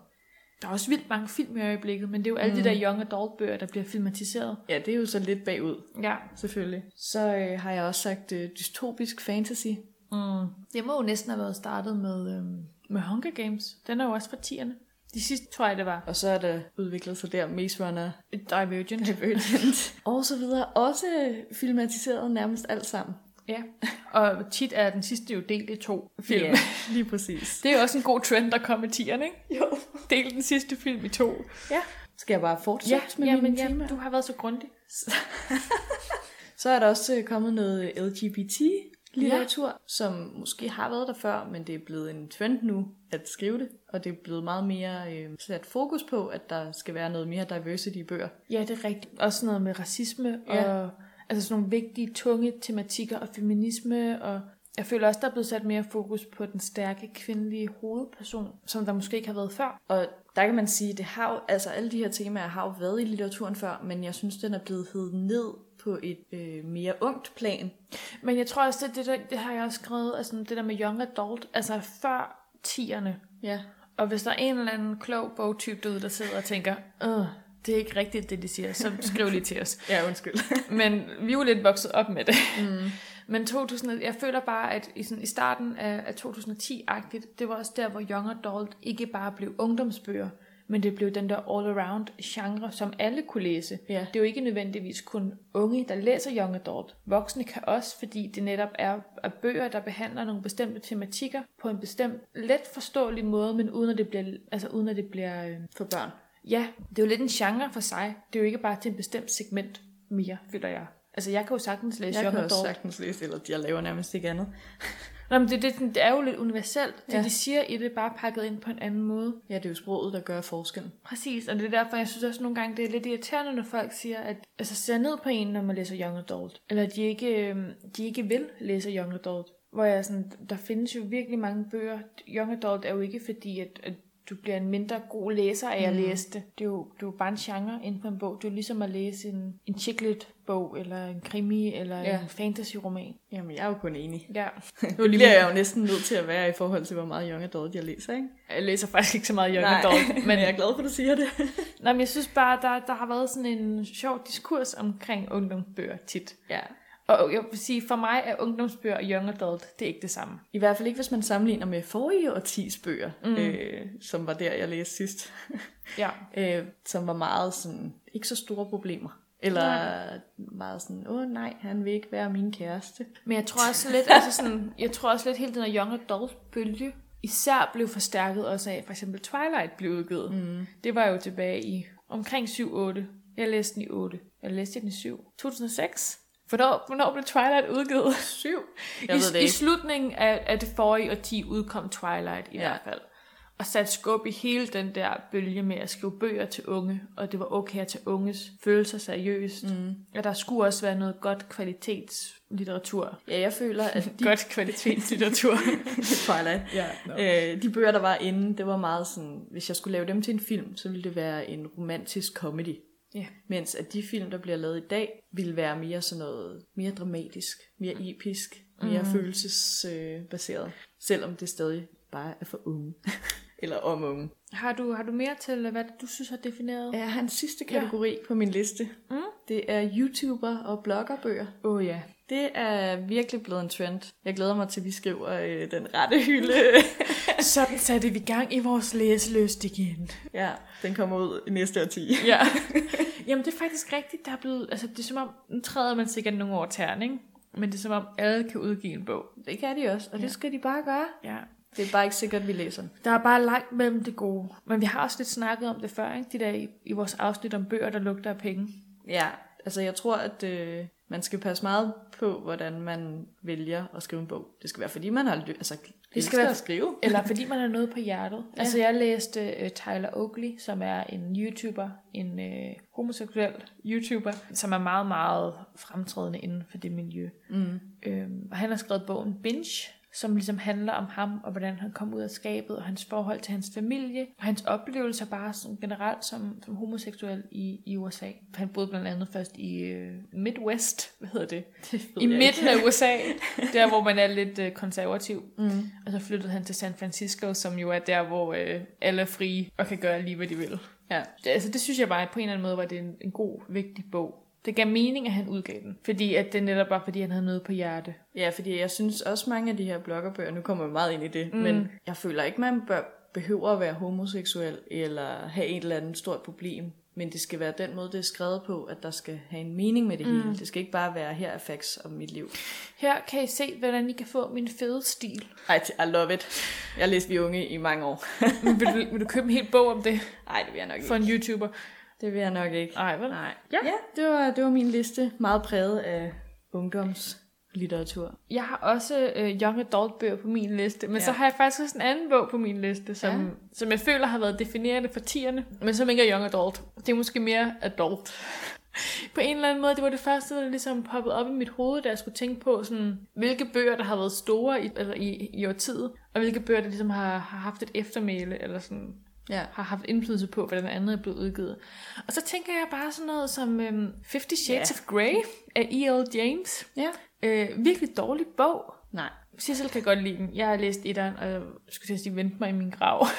Speaker 2: Der er også vildt mange film i øjeblikket, men det er jo alle mm. de der young adult bøger, der bliver filmatiseret.
Speaker 1: Ja, det er jo så lidt bagud,
Speaker 2: Ja.
Speaker 1: selvfølgelig. Så øh, har jeg også sagt øh, dystopisk fantasy.
Speaker 2: Mm. Det må jo næsten have været startet med, øhm, med Hunger Games. Den er jo også fra 10'erne. De sidste, tror jeg, det var.
Speaker 1: Og så er der udviklet sig der Maze Runner,
Speaker 2: Divergent. <laughs>
Speaker 1: Divergent og så videre. Også øh, filmatiseret nærmest alt sammen.
Speaker 2: Ja. <laughs> Og tit er den sidste jo delt i to film.
Speaker 1: Ja, <laughs> lige præcis.
Speaker 2: <laughs> Det er jo også en god trend, der kom i 10'erne, ikke?
Speaker 1: Jo.
Speaker 2: Del den sidste film i to.
Speaker 1: Ja. Skal jeg bare fortsætte
Speaker 2: Ja,
Speaker 1: med
Speaker 2: ja,
Speaker 1: mine
Speaker 2: men ja,
Speaker 1: temaer?
Speaker 2: du har været så grundig.
Speaker 1: Så er der også øh, kommet noget LGBT-litteratur, ja. som måske har været der før, men det er blevet en trend nu at skrive det, og det er blevet meget mere øh, sat fokus på, at der skal være noget mere diversity i bøger.
Speaker 2: Ja, det er rigtigt. Også sådan noget med racisme
Speaker 1: Ja.
Speaker 2: og altså sådan nogle vigtige, tunge tematikker og feminisme og Jeg føler også, der er blevet sat mere fokus på den stærke kvindelige hovedperson, som der måske ikke har været før.
Speaker 1: Og der kan man sige, det har jo, altså alle de her temaer har jo været i litteraturen før, men jeg synes, den er blevet hed ned på et øh, mere ungt plan.
Speaker 2: Men jeg tror også, det, det, der, det har jeg også skrevet, altså det der med young adult, altså før 10'erne.
Speaker 1: Ja.
Speaker 2: Og hvis der er en eller anden klog bogtype derude, der sidder og tænker, Åh, det er ikke rigtigt, det de siger, så skriv lige til os.
Speaker 1: <laughs> Ja, undskyld.
Speaker 2: Men vi er jo lidt vokset op med det. Mm. <laughs> Men 2000, jeg føler bare, at i, sådan, i starten af, af 2010-agtigt, det var også der, hvor Young Adult ikke bare blev ungdomsbøger, men det blev den der all-around genre, som alle kunne læse.
Speaker 1: Ja.
Speaker 2: Det er jo ikke nødvendigvis kun unge, der læser Young Adult. Voksne kan også, fordi det netop er, er bøger, der behandler nogle bestemte tematikker på en bestemt, let forståelig måde, men uden at det bliver, altså uden at det bliver øh,
Speaker 1: <laughs> For børn.
Speaker 2: Ja, det er jo lidt en genre for sig. Det er jo ikke bare til en bestemt segment mere, føler jeg. Altså, jeg kan jo sagtens læse
Speaker 1: Jeg
Speaker 2: Young
Speaker 1: kan også
Speaker 2: Adult.
Speaker 1: sagtens læse, eller jeg laver nærmest ikke andet.
Speaker 2: Nå, men det, det, det er jo lidt universelt. Det,
Speaker 1: Ja.
Speaker 2: ja. de siger i det, er bare pakket ind på en anden måde.
Speaker 1: Ja, det er jo sproget, der gør forskellen.
Speaker 2: Præcis, og det er derfor, jeg synes også nogle gange, det er lidt irriterende, når folk siger, at altså, ser ned på en, når man læser Young Adult. Eller at de ikke, øhm, de ikke vil læse Young Adult. Hvor jeg er sådan, der findes jo virkelig mange bøger. Young Adult er jo ikke fordi, at, at du bliver en mindre god læser af
Speaker 1: Mm.
Speaker 2: at læse det. Det er jo, det er jo bare en genre inden for en bog. Det er jo ligesom at læse en, en chicklit-bog, eller en krimi, eller
Speaker 1: Ja.
Speaker 2: ja. en fantasy-roman.
Speaker 1: Jamen, jeg er jo kun enig.
Speaker 2: Ja.
Speaker 1: Nu bliver jeg jo næsten nødt til at være i forhold til, hvor meget Young Adult jeg læser, ikke?
Speaker 2: <laughs> Jeg læser faktisk ikke så meget Young
Speaker 1: Nej, <laughs>
Speaker 2: Adult.
Speaker 1: men jeg er glad for, at du siger det.
Speaker 2: Nej, men jeg synes bare, der, der har været sådan en sjov diskurs omkring ungdomsbøger tit.
Speaker 1: Ja.
Speaker 2: Og jeg vil sige, for mig er ungdomsbøger og young adult, det er ikke det samme.
Speaker 1: I hvert fald ikke, hvis man sammenligner med forrige årtis bøger, mm. øh, som var der, jeg læste sidst. <laughs>
Speaker 2: Ja.
Speaker 1: øh, som var meget sådan, ikke så store problemer. Eller nej. meget sådan, åh nej, han vil ikke være min kæreste.
Speaker 2: Men jeg tror også lidt, altså sådan, jeg tror også lidt hele den her young adult bølge, især blev forstærket også af, for eksempel Twilight blev udgivet. Mm. Det var jo tilbage i omkring 7-8. Jeg læste den i 8. Jeg læste den i 7. 2006. Hvornår, hvornår blev Twilight udgivet? <laughs> 7.
Speaker 1: Jeg
Speaker 2: I,
Speaker 1: ved det
Speaker 2: I
Speaker 1: ikke.
Speaker 2: slutningen af, af det forrige årti udkom Twilight i
Speaker 1: Ja.
Speaker 2: ja. hvert fald. Og satte skub i hele den der bølge med at skrive bøger til unge, og det var okay at tage unges følelser seriøst. Mm. Og der skulle også være noget godt kvalitetslitteratur.
Speaker 1: Ja, jeg føler, <laughs> at de,
Speaker 2: Godt <laughs> kvalitetslitteratur.
Speaker 1: Twilight,
Speaker 2: ja,
Speaker 1: øh, de bøger, der var inde, det var meget sådan, hvis jeg skulle lave dem til en film, så ville det være en romantisk comedy.
Speaker 2: ja.
Speaker 1: Mens at de film, der bliver lavet i dag, ville være mere sådan noget, mere dramatisk, mere episk, mere mm. følelsesbaseret. Selvom det stadig bare er for unge. <laughs> Eller om unge.
Speaker 2: Har, du, har du mere til, hvad du synes har defineret?
Speaker 1: Jeg har en sidste kategori ja. på min liste. Mm. Det er YouTuber og bloggerbøger.
Speaker 2: Åh oh, ja.
Speaker 1: Det er virkelig blevet en trend. Jeg glæder mig til, at vi skriver øh, den rette <laughs> hylde.
Speaker 2: Sådan satte vi gang i vores læseløst igen.
Speaker 1: ja, den kommer ud i næste årti.
Speaker 2: Ja. <laughs> Jamen det er faktisk rigtigt, der er blevet, altså det er som om, nu træder man sikkert nogle år tæren, ikke? Men det er som om, alle kan udgive en bog.
Speaker 1: Det kan de også, og ja. det skal de bare gøre.
Speaker 2: Ja.
Speaker 1: Det er bare ikke sikkert, at vi læser den.
Speaker 2: Der er bare langt mellem det gode. Men vi har også lidt snakket om det før, ikke? De der i, i vores afsnit om bøger, der lugter af penge.
Speaker 1: Ja, altså jeg tror, at øh, man skal passe meget på, hvordan man vælger at skrive en bog. Det skal være, fordi man har ly- altså, det skal være at skrive.
Speaker 2: <laughs> Eller fordi man har noget på hjertet. Ja. Altså jeg læste øh, Tyler Oakley, som er en YouTuber, en øh, homoseksuel YouTuber, som er meget, meget fremtrædende inden for det miljø. Mm. Øhm, og han har skrevet bogen Binge, som ligesom handler om ham, og hvordan han kom ud af skabet, og hans forhold til hans familie, og hans oplevelser bare som generelt som, som homoseksuel i, i USA. Han boede blandt andet først i øh, Midwest, hvad hedder det? I
Speaker 1: jeg
Speaker 2: midten af USA, der hvor man er lidt øh, konservativ. Mm. Og så flyttede han til San Francisco, som jo er der, hvor øh, alle er frie og kan gøre lige, hvad de vil.
Speaker 1: Ja.
Speaker 2: Det, altså, det synes jeg bare, at på en eller anden måde var det en, en god, vigtig bog. Det gav mening, at han udgav den. Fordi at det netop var, fordi han havde noget på hjerte.
Speaker 1: ja, fordi jeg synes også mange af de her bloggerbøger, nu kommer vi meget ind i det, mm. men jeg føler ikke, man bør, behøver at være homoseksuel eller have et eller andet stort problem. Men det skal være den måde, det er skrevet på, at der skal have en mening med det mm. hele. Det skal ikke bare være, her er facts om mit liv.
Speaker 2: Her kan I se, hvordan I kan få min fede stil.
Speaker 1: Ej, I love it. Jeg læste vi unge i mange år.
Speaker 2: Men vil, du, vil du købe en hel bog om det
Speaker 1: Nej, det vil jeg nok ikke.
Speaker 2: for en YouTuber?
Speaker 1: Det vil jeg nok ikke.
Speaker 2: Nej, vel?
Speaker 1: Nej.
Speaker 2: Ja.
Speaker 1: Ja, det var, det var min liste. Meget præget af ungdomslitteratur.
Speaker 2: Jeg har også øh, young adult bøger på min liste, men
Speaker 1: Ja.
Speaker 2: ja. så har jeg faktisk også en anden bog på min liste, som,
Speaker 1: Ja.
Speaker 2: ja. som jeg føler har været definerende for tierne, men som ikke er young adult. <laughs> Det er måske mere adult. på en eller anden måde, det var det første, der ligesom poppede op i mit hoved, da jeg skulle tænke på, sådan, hvilke bøger, der har været store i, altså i, i årtiet, og hvilke bøger, der ligesom har, har haft et eftermæle, eller sådan,
Speaker 1: Ja.
Speaker 2: har haft indflydelse på, hvordan andet er blevet udgivet. Og så tænker jeg bare sådan noget som øhm, Fifty Shades
Speaker 1: Ja.
Speaker 2: yeah. of Grey af E.L. James.
Speaker 1: Ja.
Speaker 2: Øh, virkelig dårlig bog.
Speaker 1: Nej.
Speaker 2: Sissel kan godt lide den. Jeg har læst etteren, og jeg skulle til at sige, vente mig i min grav. <laughs>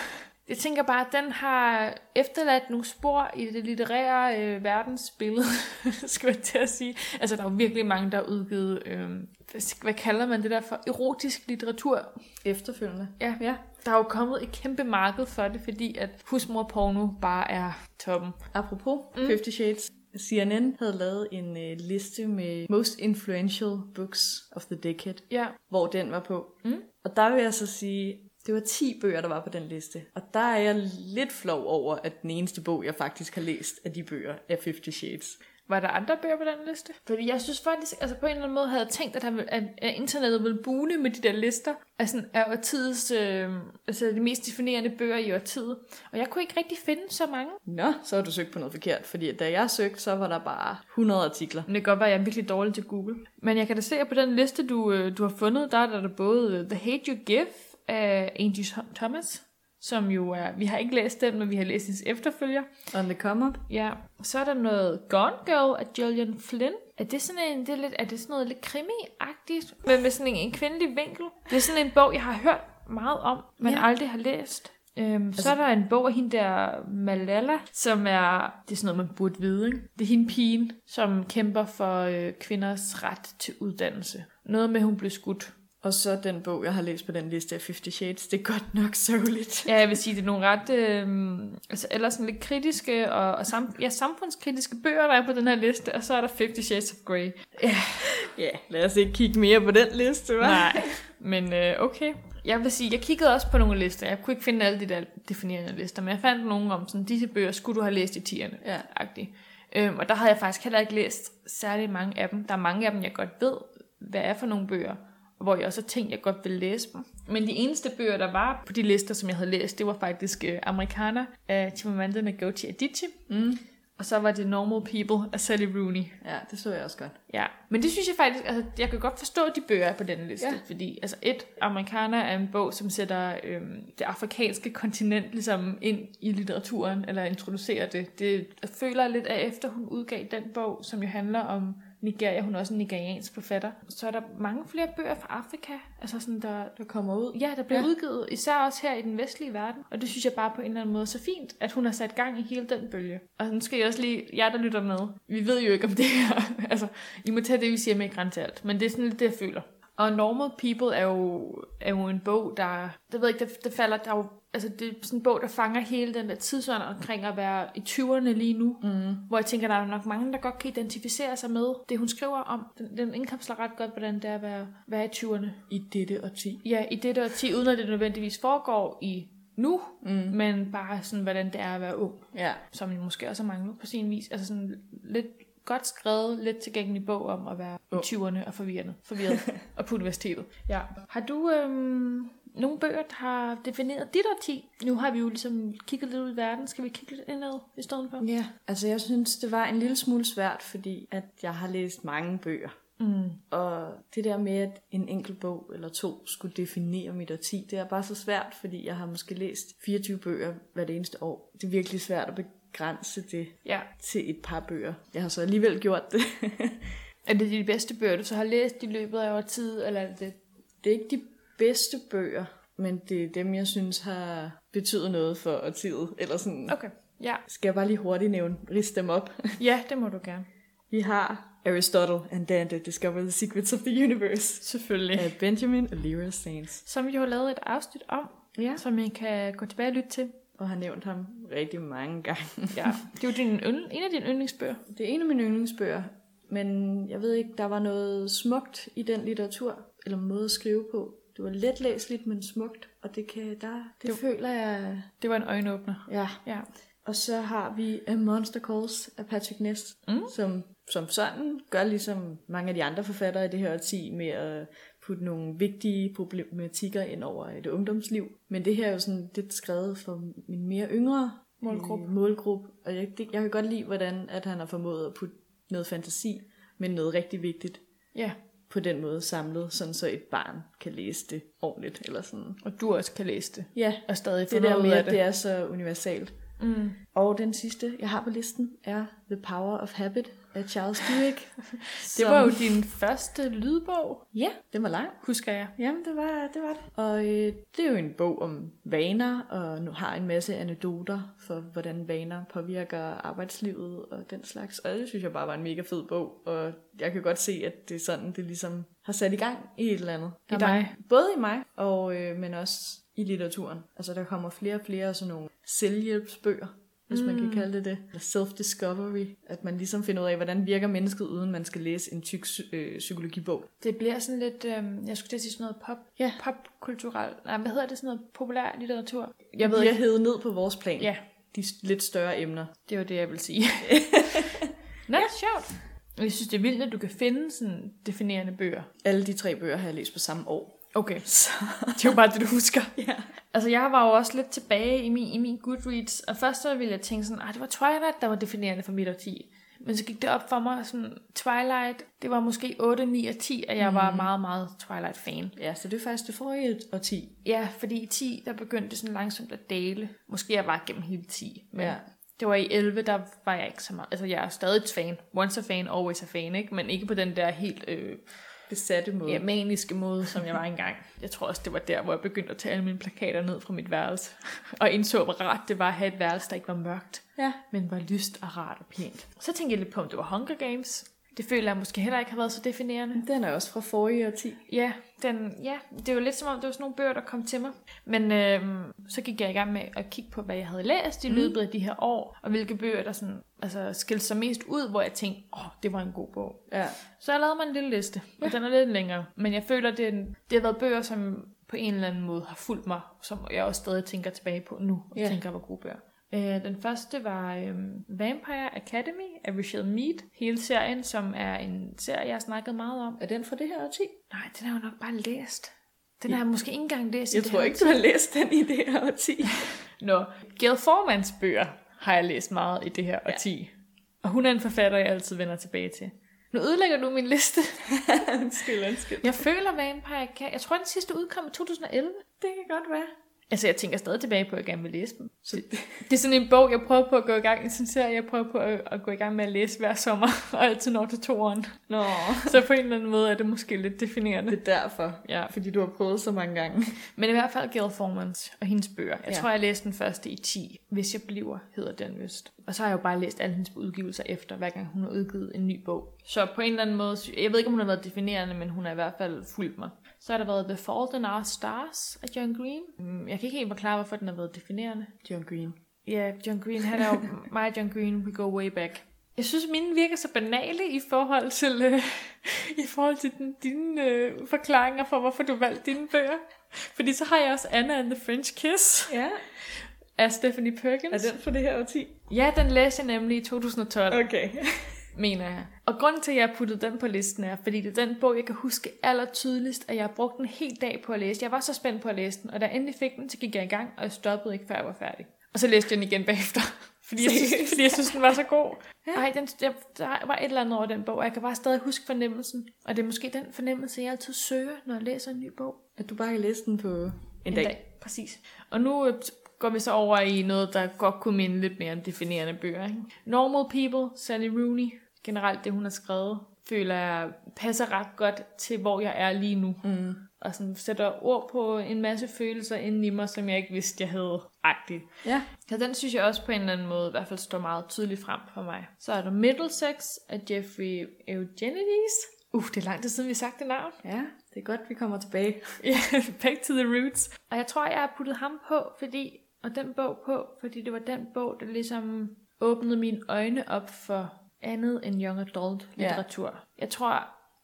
Speaker 2: Jeg tænker bare, at den har efterladt nogle spor i det litterære øh, verdensbillede, <laughs> skulle jeg til at sige. Altså, der er jo virkelig mange, der har udgivet, øh, hvad- hvad kalder man det der for, erotisk litteratur.
Speaker 1: Efterfølgende.
Speaker 2: Ja. ja. Der er jo kommet et kæmpe marked for det, fordi at husmorporno bare er toppen.
Speaker 1: Apropos mm. Fifty Shades. CNN havde lavet en øh, liste med most influential books of the decade,
Speaker 2: Ja.
Speaker 1: hvor den var på. Mm. Og der vil jeg så sige, det var 10 bøger, der var på den liste. Og der er jeg lidt flov over, at den eneste bog, jeg faktisk har læst af de bøger, er Fifty Shades.
Speaker 2: Var der andre bøger på den liste? Fordi jeg synes faktisk, altså på en eller anden måde havde jeg tænkt, at, han, ville- at at internettet ville bune med de der lister. Altså er årtidets, øh, altså de mest definerende bøger i årtiet. Og jeg kunne ikke rigtig finde så mange.
Speaker 1: Nå, så har du søgt på noget forkert, fordi da jeg søgte, så var der bare 100 artikler.
Speaker 2: Men det kan godt være, at jeg er virkelig dårlig til Google. Men jeg kan da se, at på den liste, du, øh, du har fundet, der er der både øh, The Hate You Give af Angie Thom- Thomas, som jo er, vi har ikke læst den, men vi har læst hendes efterfølger.
Speaker 1: On the come up?
Speaker 2: Ja, så er der noget Gone Girl af Gillian Flynn. Er det sådan, en, det er lidt, er det sådan noget lidt krimi-agtigt, men med sådan en, en kvindelig vinkel? Det er sådan en bog, jeg har hørt meget om, men ja.
Speaker 1: Ja.
Speaker 2: aldrig har læst. Øhm, altså, så er der en bog af hende der, Malala, som er, det er sådan noget, man burde vide, ikke? Det er hende pigen, som kæmper for øh, kvinders ret til uddannelse. Noget med, hun blev skudt.
Speaker 1: Og så den bog, jeg har læst på den liste af Fifty Shades, det er godt nok sørgeligt.
Speaker 2: Ja, jeg vil sige, det er nogle ret, øh, altså ellers sådan lidt kritiske og, og sam, ja, samfundskritiske bøger, der er på den her liste, og så er der Fifty Shades of Grey.
Speaker 1: Ja, lad os ikke kigge mere på den liste, hva'?
Speaker 2: Nej, men øh, okay. Jeg vil sige, jeg kiggede også på nogle lister. Jeg kunne ikke finde alle de der definerende lister, men jeg fandt nogle om sådan, disse bøger skulle du have læst i tierne.
Speaker 1: Ja.
Speaker 2: Agtig. Øhm, og der havde jeg faktisk heller ikke læst særlig mange af dem. Der er mange af dem, jeg godt ved, hvad er for nogle bøger, og hvor jeg også har tænkt, jeg godt vil læse dem. Men de eneste bøger, der var på de lister, som jeg havde læst, det var faktisk øh, Americana af Chimamanda Ngozi Adichie.
Speaker 1: Mm.
Speaker 2: Og så var det Normal People af Sally Rooney.
Speaker 1: Ja, det så jeg også godt.
Speaker 2: Ja, men det synes jeg faktisk, altså jeg kan godt forstå, at de bøger er på den liste, ja.
Speaker 1: Ja.
Speaker 2: fordi altså et, Americana er en bog, som sætter øhm, det afrikanske kontinent ligesom ind i litteraturen, eller introducerer det. Det jeg føler lidt af, efter hun udgav den bog, som jo handler om Nigeria, hun er også en nigeriansk forfatter, så er der mange flere bøger fra Afrika, altså sådan der,
Speaker 1: Du kommer ud.
Speaker 2: Ja, der blev ja.
Speaker 1: Ja.
Speaker 2: udgivet, især også her i den vestlige verden. Og det synes jeg bare på en eller anden måde er så fint, at hun har sat gang i hele den bølge. Og nu skal jeg også lige, jer der lytter med, vi ved jo ikke om det her. <laughs> altså, I må tage det, vi siger med i græn til alt. Men det er sådan lidt det, jeg føler. Og Normal People er jo, er jo en bog, der... Det ved jeg ikke, der, der falder... Der er jo, altså, det er sådan en bog, der fanger hele den der tidsånd omkring at være i 20'erne lige nu. Mm. Hvor jeg tænker, der er nok mange, der godt kan identificere sig med det, hun skriver om. Den, den indkapsler ret godt, hvordan det er at være, være i 20'erne.
Speaker 1: I dette årti.
Speaker 2: Ja, i dette årti, uden at det nødvendigvis foregår i nu, mm. men bare sådan, hvordan det er at være ung,
Speaker 1: Ja.
Speaker 2: som jo måske også har manglet på sin vis. Altså sådan lidt godt skrevet, lidt tilgængelig bog om at være i 20'erne og forvirret, forvirret <laughs> og på universitetet. Ja. Har du øhm, nogle bøger, der har defineret dit årti? Nu har vi jo ligesom kigget lidt ud i verden. Skal vi kigge lidt indad i stedet for?
Speaker 1: Ja, altså jeg synes, det var en lille smule svært, fordi at jeg har læst mange bøger.
Speaker 2: Mm.
Speaker 1: Og det der med, at en enkelt bog eller to skulle definere mit årti, det er bare så svært, fordi jeg har måske læst 24 bøger hvert eneste år. Det er virkelig svært at begrænse det
Speaker 2: Ja.
Speaker 1: til et par bøger. Jeg har så alligevel gjort det.
Speaker 2: Er det de bedste bøger, du så har læst i løbet af årtiet, eller er det
Speaker 1: det er ikke de bedste bøger, men det er dem, jeg synes har betydet noget for årtiet. Eller sådan.
Speaker 2: Okay, ja.
Speaker 1: Skal jeg bare lige hurtigt nævne, ris dem op. <laughs>
Speaker 2: Ja, det må du gerne.
Speaker 1: Vi har Aristotle and Dante Discover the Secrets of the Universe
Speaker 2: Selvfølgelig.
Speaker 1: af Benjamin og Lyra Saints.
Speaker 2: som vi jo har lavet et afsnit om,
Speaker 1: Ja.
Speaker 2: som I kan gå tilbage og lytte til.
Speaker 1: Og har nævnt ham rigtig mange gange. <laughs>
Speaker 2: Ja. Det er jo din yndl- en af dine yndlingsbøger.
Speaker 1: Det er en af mine yndlingsbøger, men jeg ved ikke, der var noget smukt i den litteratur, eller måde at skrive på. Det var letlæseligt, men smukt, og det kan der, det, det føler jeg,
Speaker 2: Det var en øjenåbner.
Speaker 1: ja.
Speaker 2: Ja.
Speaker 1: Og så har vi A Monster Calls af Patrick Ness, mm. som, som sådan gør ligesom mange af de andre forfattere i det her årti med at putte nogle vigtige problematikker ind over et ungdomsliv. Men det her er jo sådan lidt skrevet for min mere yngre
Speaker 2: Målgruppe.
Speaker 1: øh, målgruppe. Og jeg, det, jeg kan godt lide, hvordan at han har formået at putte noget fantasi, men noget rigtig vigtigt
Speaker 2: Ja,
Speaker 1: på den måde samlet, sådan så et barn kan læse det ordentligt. Eller sådan.
Speaker 2: og du også kan læse det.
Speaker 1: Ja,
Speaker 2: Og stadig få
Speaker 1: det der
Speaker 2: noget
Speaker 1: med,
Speaker 2: ud af
Speaker 1: at
Speaker 2: det.
Speaker 1: det er så universalt.
Speaker 2: Mm.
Speaker 1: Og den sidste, jeg har på listen, er The Power of Habit af Charles Duhigg.
Speaker 2: Det var jo din første lydbog,
Speaker 1: <laughs> Ja, den var lang.
Speaker 2: husker jeg.
Speaker 1: Jamen, det var det. Var det. Og øh, det er jo en bog om vaner, og nu har en masse anekdoter for, hvordan vaner påvirker arbejdslivet og den slags. Og det synes jeg bare var en mega fed bog, og jeg kan godt se, at det er sådan, det ligesom har sat i gang i et eller andet.
Speaker 2: I
Speaker 1: Der er
Speaker 2: dig.
Speaker 1: mange- Både i mig, og, øh, men også i litteraturen. Altså, der kommer flere og flere sådan nogle selvhjælpsbøger, hvis mm. man kan kalde det det. Eller self-discovery, at man ligesom finder ud af, hvordan virker mennesket, uden man skal læse en tyk psy- øh, psykologibog.
Speaker 2: Det bliver sådan lidt, øhm, jeg skulle til at sige sådan noget pop,
Speaker 1: Ja.
Speaker 2: popkulturelt. Nej, hvad hedder det? Sådan noget populær litteratur?
Speaker 1: Jeg ved, jeg hede ned på vores plan.
Speaker 2: Ja,
Speaker 1: de lidt større emner.
Speaker 2: det var det, jeg ville sige. <laughs> Nå, ja. sjovt. Jeg synes, det er vildt, at du kan finde sådan definerende bøger.
Speaker 1: Alle de tre bøger har jeg læst på samme år.
Speaker 2: Okay,
Speaker 1: <laughs> Så
Speaker 2: det er jo bare det, du husker.
Speaker 1: <laughs> ja.
Speaker 2: Altså, jeg var jo også lidt tilbage i min, i min Goodreads, og først så ville jeg tænke sådan, at det var Twilight, der var definerende for mit årti. Men så gik det op for mig, sådan, Twilight, det var måske 8, 9 og 10, og jeg mm.
Speaker 1: Mhm.
Speaker 2: var meget, meget Twilight-fan.
Speaker 1: ja, så det er faktisk det forrige årti.
Speaker 2: Ja, fordi i 10, der begyndte det sådan langsomt at dale. Måske jeg var gennem hele 10, men ja.
Speaker 1: Ja.
Speaker 2: det var i 11, der var jeg ikke så meget. Altså, jeg er stadig et fan. Once a fan, always a fan, ikke? Men ikke på den der helt øh,
Speaker 1: Besatte måde.
Speaker 2: ja, maniske måde, som jeg var engang. Jeg tror også, det var der, hvor jeg begyndte at tage alle mine plakater ned fra mit værelse. <laughs> Og indså, hvor rart det var at have et værelse, der ikke var mørkt,
Speaker 1: ja.
Speaker 2: men var lyst og rart og pænt. Så tænkte jeg lidt på, om det var Hunger Games. Det føler jeg måske heller ikke har været så definerende.
Speaker 1: Den er også fra forrige årti.
Speaker 2: Ja, den, ja, det er jo lidt som om, det var sådan nogle bøger, der kom til mig. Men øhm, så gik jeg i gang med at kigge på, hvad jeg havde læst i løbet af de her år, og hvilke bøger, der sådan, altså, skilte sig mest ud, hvor jeg tænkte, åh, oh, det var en god bog.
Speaker 1: Ja.
Speaker 2: Så jeg lavede mig en lille liste, og den er lidt længere. Men jeg føler, det, er en- det har været bøger, som på en eller anden måde har fulgt mig, som jeg også stadig tænker tilbage på nu, og
Speaker 1: Ja.
Speaker 2: tænker var gode bøger. Øh, den første var øh, Vampire Academy af Rachel Mead, hele serien, som er en serie, jeg har snakket meget om.
Speaker 1: Er den fra det her årti?
Speaker 2: Nej, den har jeg jo nok bare læst. Den har jeg måske ikke engang læst. i
Speaker 1: Jeg
Speaker 2: det
Speaker 1: tror
Speaker 2: her
Speaker 1: ikke, du har læst den i det her <laughs> årti.
Speaker 2: Nå, Gail Formans bøger har jeg læst meget i det her ja. årti. Og hun er en forfatter, jeg altid vender tilbage til. Nu ødelægger du min liste.
Speaker 1: undskyld, undskyld.
Speaker 2: Jeg føler Vampire Academy. Jeg tror, den sidste udkom i 2011.
Speaker 1: Det kan godt være.
Speaker 2: Altså, jeg tænker stadig tilbage på, at jeg gerne vil læse dem.
Speaker 1: Så
Speaker 2: Det er sådan en bog, jeg prøver på at gå i gang i. Sådan serie, jeg prøver på at, at gå i gang med at læse hver sommer, <laughs> og altid når til toeren.
Speaker 1: Nå.
Speaker 2: Så på en eller anden måde er det måske lidt definerende.
Speaker 1: Det er derfor.
Speaker 2: Ja.
Speaker 1: Fordi du har prøvet så mange gange.
Speaker 2: Men i hvert fald Gail Formans og hendes bøger. Jeg ja.
Speaker 1: Ja.
Speaker 2: tror, jeg læste den første i 10. Hvis jeg bliver, hedder den vist. Og så har jeg jo bare læst alle hendes udgivelser efter, hver gang hun har udgivet en ny bog. Så på en eller anden måde, sy- jeg ved ikke, om hun har været definerende, men hun har i hvert fald fulgt mig. Så har der været The Fault in Our Stars af John Green. Mm, Jeg kan ikke helt forklare, hvorfor den har været definerende.
Speaker 1: John Green.
Speaker 2: Ja, John Green, han er jo
Speaker 1: <laughs>
Speaker 2: mig og John Green, we go way back. Jeg synes, mine virker så banale i forhold til, øh, <laughs> i forhold til din, dine øh, forklaringer for, hvorfor du valgte dine bøger. Fordi så har jeg også Anna and the French Kiss
Speaker 1: Ja.
Speaker 2: af Stephanie Perkins.
Speaker 1: Er den fra det her årti?
Speaker 2: Ja, den læste jeg nemlig i 2012,
Speaker 1: Okay.
Speaker 2: mener jeg. Og grunden til, at jeg har puttet den på listen er, fordi det er den bog, jeg kan huske allertydeligst, at jeg har brugt en hel dag på at læse. Jeg var så spændt på at læse den, og da jeg endelig fik den, så gik jeg i gang, og jeg stoppede ikke, før jeg var færdig. Og så læste jeg den igen bagefter, <laughs> fordi jeg synes, fordi jeg synes den var så god. Ej, den, der, der var et eller andet over den bog, og jeg kan bare stadig huske fornemmelsen. Og det er måske den fornemmelse, jeg altid søger, når jeg læser en ny bog.
Speaker 1: At du bare kan læse den på en,
Speaker 2: En dag. dag. Præcis. Og nu øh, t- går vi så over i noget, der godt kunne minde lidt mere om definerende bøger. Ikke? Normal People, Sally Rooney. Generelt det, hun har skrevet, føler jeg passer ret godt til, hvor jeg er lige nu. Mm. Og sådan sætter ord på en masse følelser inden i mig, som jeg ikke vidste, jeg havde. Agtigt.
Speaker 1: Ja.
Speaker 2: Så den synes jeg også på en eller anden måde i hvert fald står meget tydeligt frem for mig. Så er der Middlesex af Jeffrey Eugenides. Uh, det er lang tid siden, vi har sagt det navn.
Speaker 1: Ja, det er godt, vi kommer tilbage.
Speaker 2: <laughs> Ja, back to the roots. Og jeg tror, jeg har puttet ham på, fordi, og den bog på, fordi det var den bog, der ligesom åbnede mine øjne op for andet end young adult litteratur. Yeah. Jeg tror,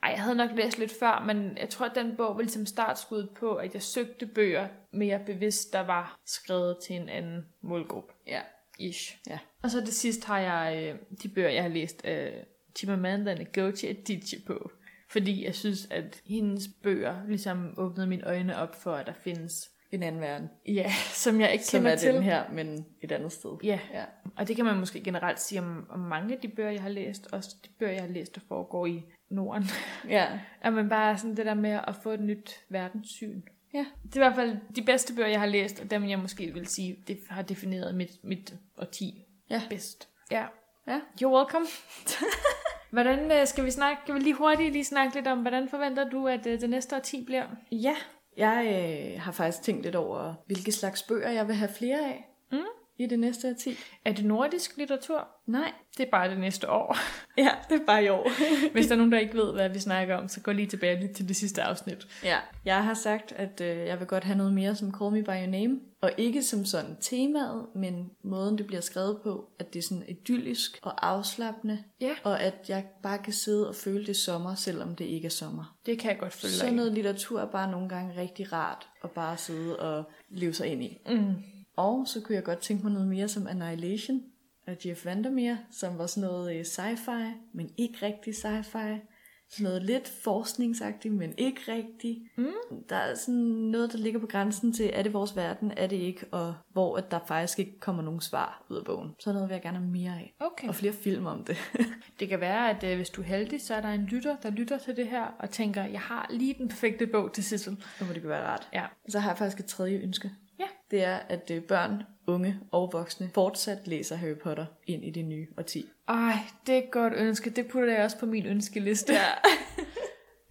Speaker 2: ej, jeg havde nok læst lidt før, men jeg tror, at den bog var ligesom startskuddet på, at jeg søgte bøger mere bevidst, der var skrevet til en anden målgruppe.
Speaker 1: Ja.
Speaker 2: Ish.
Speaker 1: Ja.
Speaker 2: Og så det sidste har jeg øh, de bøger, jeg har læst af Chimamanda Ngozi Adichie på. Fordi jeg synes, at hendes bøger ligesom åbnede mine øjne op for, at der findes
Speaker 1: en anden verden,
Speaker 2: Ja, <laughs> som jeg ikke
Speaker 1: som
Speaker 2: kender
Speaker 1: er
Speaker 2: til.
Speaker 1: den her, men et andet sted.
Speaker 2: Ja.
Speaker 1: Ja.
Speaker 2: ja, og det kan man måske generelt sige om, om mange af de bøger, jeg har læst, også de bøger, jeg har læst, der foregår i Norden. <laughs>
Speaker 1: Ja.
Speaker 2: At man bare er sådan det der med at få et nyt verdenssyn.
Speaker 1: Ja.
Speaker 2: Det er i hvert fald de bedste bøger, jeg har læst, og dem jeg måske vil sige, det har defineret mit, mit årti
Speaker 1: Ja.
Speaker 2: bedst. Ja.
Speaker 1: Ja.
Speaker 2: You're welcome. <laughs> hvordan øh, skal vi snakke? Kan vi lige hurtigt lige snakke lidt om, hvordan forventer du, at øh, det næste årti bliver?
Speaker 1: Ja, jeg øh, har faktisk tænkt lidt over, hvilke slags bøger jeg vil have flere af
Speaker 2: Mm.
Speaker 1: i det næste årti.
Speaker 2: Er det nordisk litteratur?
Speaker 1: Nej.
Speaker 2: Det er bare det næste år. <laughs>
Speaker 1: Ja, det er bare i år.
Speaker 2: Hvis der er nogen, der ikke ved, hvad vi snakker om, så gå lige tilbage og lyt til det sidste afsnit.
Speaker 1: ja. Jeg har sagt, at øh, jeg vil godt have noget mere som Call Me By Your Name. Og ikke som sådan temaet, men måden det bliver skrevet på, at det er sådan idyllisk og afslappende.
Speaker 2: Ja.
Speaker 1: Og at jeg bare kan sidde og føle det er sommer, selvom det ikke er sommer.
Speaker 2: Det kan jeg godt følge dig
Speaker 1: Sådan
Speaker 2: i.
Speaker 1: noget litteratur er bare nogle gange rigtig rart at bare sidde og leve sig ind i.
Speaker 2: Mm.
Speaker 1: Og så kunne jeg godt tænke mig noget mere som Annihilation af Jeff Vandermeer, som var sådan noget øh, sci-fi, men ikke rigtig sci-fi. Sådan noget lidt forskningsagtigt, men ikke rigtig. Mm. Der er sådan noget, der ligger på grænsen til, er det vores verden, er det ikke, og hvor at der faktisk ikke kommer nogen svar ud af bogen. Sådan noget vil jeg gerne have mere af.
Speaker 2: Okay.
Speaker 1: Og flere film om det. <laughs>
Speaker 2: Det kan være, at øh, hvis du er heldig, så er der en lytter, der lytter til det her og tænker, jeg har lige den perfekte bog til Sissel.
Speaker 1: det må det kan være rart.
Speaker 2: Ja.
Speaker 1: Så har jeg faktisk et tredje ønske.
Speaker 2: Ja.
Speaker 1: Det er, at øh, børn, unge og voksne fortsat læser Harry Potter ind i det nye årti.
Speaker 2: Ej, det er et godt ønske. Det putter jeg også på min ønskeliste. Ja.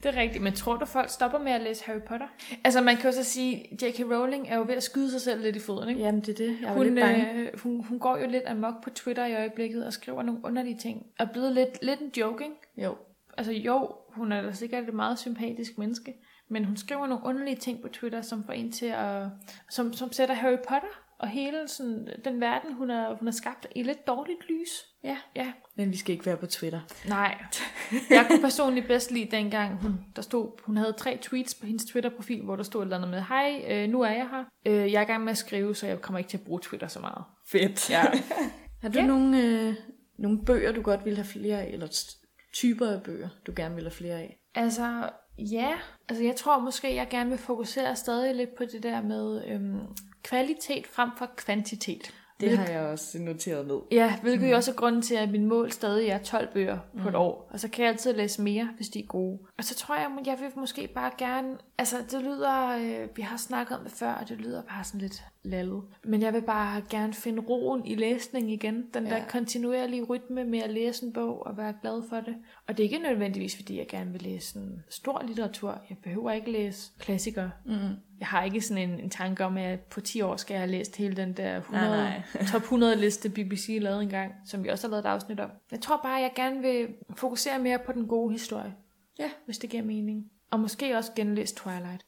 Speaker 2: det er rigtigt. Men tror du, folk stopper med at læse Harry Potter? Altså, man kan jo så sige, J.K. Rowling er jo ved at skyde sig selv lidt i foden, ikke?
Speaker 1: <laughs> Jamen, det er det. Jeg var
Speaker 2: Hun,
Speaker 1: lidt bange.
Speaker 2: øh, hun, hun går jo lidt amok på Twitter i øjeblikket og skriver nogle underlige ting. Og er blevet lidt, lidt en joking.
Speaker 1: Jo,
Speaker 2: Altså jo, hun er da sikkert et meget sympatisk menneske, men hun skriver nogle underlige ting på Twitter, som får en til at... Som, som sætter Harry Potter og hele sådan, den verden, hun har, hun har skabt i lidt dårligt lys.
Speaker 1: Ja.
Speaker 2: Ja.
Speaker 1: Men vi skal ikke være på Twitter.
Speaker 2: <laughs> Nej. Jeg kunne personligt bedst lide dengang, hun, der stod, hun havde tre tweets på hendes Twitter-profil, hvor der stod et eller andet med, hej, øh, nu er jeg her. Øh, jeg er i gang med at skrive, så jeg kommer ikke til at bruge Twitter så meget.
Speaker 1: Fedt. <laughs> Ja. Har du
Speaker 2: Ja.
Speaker 1: nogle, øh, nogle bøger, du godt ville have flere af, eller st- typer af bøger, du gerne ville have flere af?
Speaker 2: Altså, ja. Altså, jeg tror måske, jeg gerne vil fokusere stadig lidt på det der med øhm, kvalitet frem for kvantitet.
Speaker 1: Det har jeg også noteret ned.
Speaker 2: Ja, hvilket mm. jo også er grunden til, at min mål stadig er 12 bøger på et år. Og så kan jeg altid læse mere, hvis de er gode. Og så tror jeg, jeg vil måske bare gerne... Altså, det lyder... Øh, vi har snakket om det før, og det lyder bare sådan lidt lallet. Men jeg vil bare gerne finde roen i læsning igen. Den ja. der kontinuerlige rytme med at læse en bog og være glad for det. Og det er ikke nødvendigvis, fordi jeg gerne vil læse sådan stor litteratur. Jeg behøver ikke læse klassikere. Mm. Jeg har ikke sådan en, en tanke om, at på 10 år skal jeg have læst hele den der 100,
Speaker 1: Nej,
Speaker 2: nej,
Speaker 1: nej.
Speaker 2: nej. top 100 liste BBC lavede engang, som vi også har lavet et afsnit om. Jeg tror bare, jeg gerne vil fokusere mere på den gode historie,
Speaker 1: Ja.
Speaker 2: hvis det giver mening. Og måske også genlæse Twilight.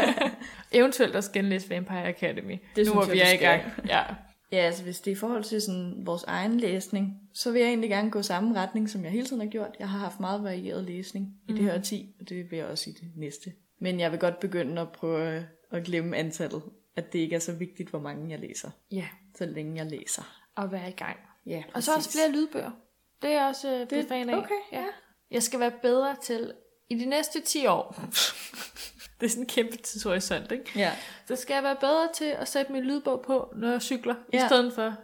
Speaker 2: <laughs> Eventuelt også genlæse Vampire Academy. Det nu
Speaker 1: synes
Speaker 2: hvor
Speaker 1: jeg,
Speaker 2: vi
Speaker 1: du
Speaker 2: er i
Speaker 1: skal.
Speaker 2: gang. Ja.
Speaker 1: Ja, altså hvis det er i forhold til sådan, vores egen læsning, så vil jeg egentlig gerne gå samme retning, som jeg hele tiden har gjort. Jeg har haft meget varieret læsning i det
Speaker 2: Mm.
Speaker 1: her årti, og det vil jeg også i det næste. Men jeg vil godt begynde at prøve øh, at glemme antallet. At det ikke er så vigtigt, hvor mange jeg læser,
Speaker 2: ja,
Speaker 1: så længe jeg læser.
Speaker 2: og være i gang.
Speaker 1: Ja,
Speaker 2: Og så også flere lydbøger. Det er jeg også øh, blevet fan af.
Speaker 1: okay, ja.
Speaker 2: Jeg skal være bedre til i de næste 10 år. <laughs> det er sådan en kæmpe tidshorisont, ikke?
Speaker 1: Ja.
Speaker 2: Så skal jeg være bedre til at sætte min lydbog på, når jeg cykler, ja.
Speaker 1: Ja.
Speaker 2: i stedet for...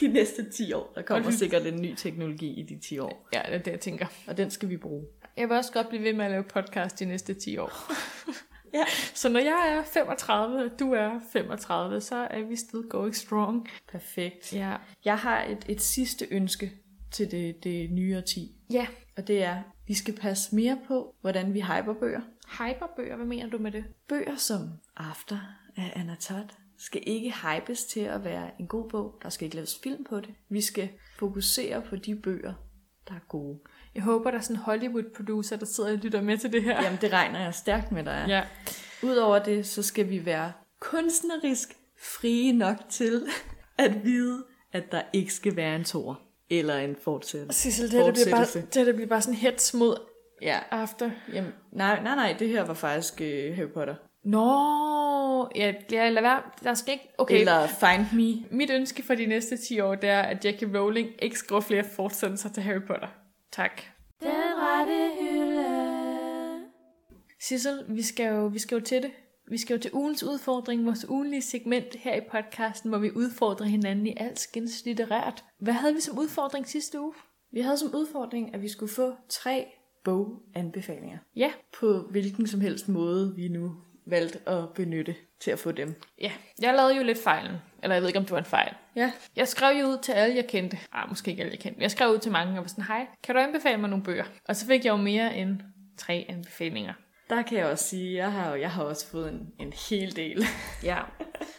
Speaker 1: De næste 10 år. Der kommer
Speaker 2: Og lyt.
Speaker 1: sikkert en ny teknologi i de 10 år,
Speaker 2: Ja, det er det, jeg tænker.
Speaker 1: og den skal vi bruge.
Speaker 2: Jeg vil også godt blive ved med at lave podcast de næste 10 <laughs> år.
Speaker 1: Ja.
Speaker 2: Så når jeg er 35, og du er 35, så er vi still going strong.
Speaker 1: Perfekt.
Speaker 2: Ja.
Speaker 1: Jeg har et, et sidste ønske til det, det nye årti,
Speaker 2: Ja.
Speaker 1: og det er, vi skal passe mere på, hvordan vi hyper bøger.
Speaker 2: Hyperbøger, hvad mener du med det?
Speaker 1: Bøger som After af Anna Todd skal ikke hypes til at være en god bog. Der skal ikke laves film på det. Vi skal fokusere på de bøger, der er gode.
Speaker 2: Jeg håber, der er sådan en Hollywood-producer, der sidder og lytter med til det her.
Speaker 1: Jamen, det regner jeg stærkt med, der er.
Speaker 2: ja.
Speaker 1: Udover det, så skal vi være kunstnerisk frie nok til at vide, at der ikke skal være en tor eller en fortsættelse.
Speaker 2: Sissel, det, her, det, bliver bare,
Speaker 1: Fortsættelse.
Speaker 2: det, her, det bliver bare sådan hets mod
Speaker 1: Ja.
Speaker 2: after.
Speaker 1: Jamen, nej, nej, nej, det her var faktisk øh, Harry Potter.
Speaker 2: Nå, ja, ja, lad være. Der skal ikke... Okay,
Speaker 1: Okay. Eller Find Me.
Speaker 2: Mit ønske for de næste 10 år, det er, at Jackie Rowling ikke skriver flere fortsættelser til Harry Potter. Tak.
Speaker 3: Den rette hylde.
Speaker 2: Sissel, vi skal jo, vi skal jo til det. Vi skal jo til ugens udfordring, vores ugenlige segment her i podcasten, hvor vi udfordrer hinanden i alt skins litterært. Hvad havde vi som udfordring sidste uge?
Speaker 1: Vi havde som udfordring, at vi skulle få tre boganbefalinger.
Speaker 2: Ja,
Speaker 1: På hvilken som helst måde, vi nu valgte at benytte til at få dem.
Speaker 2: ja. Jeg lavede jo lidt fejlen. Eller jeg ved ikke, om det var en fejl.
Speaker 1: Ja,
Speaker 2: Jeg skrev jo ud til alle, jeg kendte. Ah, måske ikke alle, jeg kendte. Jeg skrev ud til mange og var sådan, hej, kan du anbefale mig nogle bøger? Og så fik jeg jo mere end tre anbefalinger.
Speaker 1: der kan jeg også sige, jeg har, jeg har også fået en, en hel del.
Speaker 2: Ja.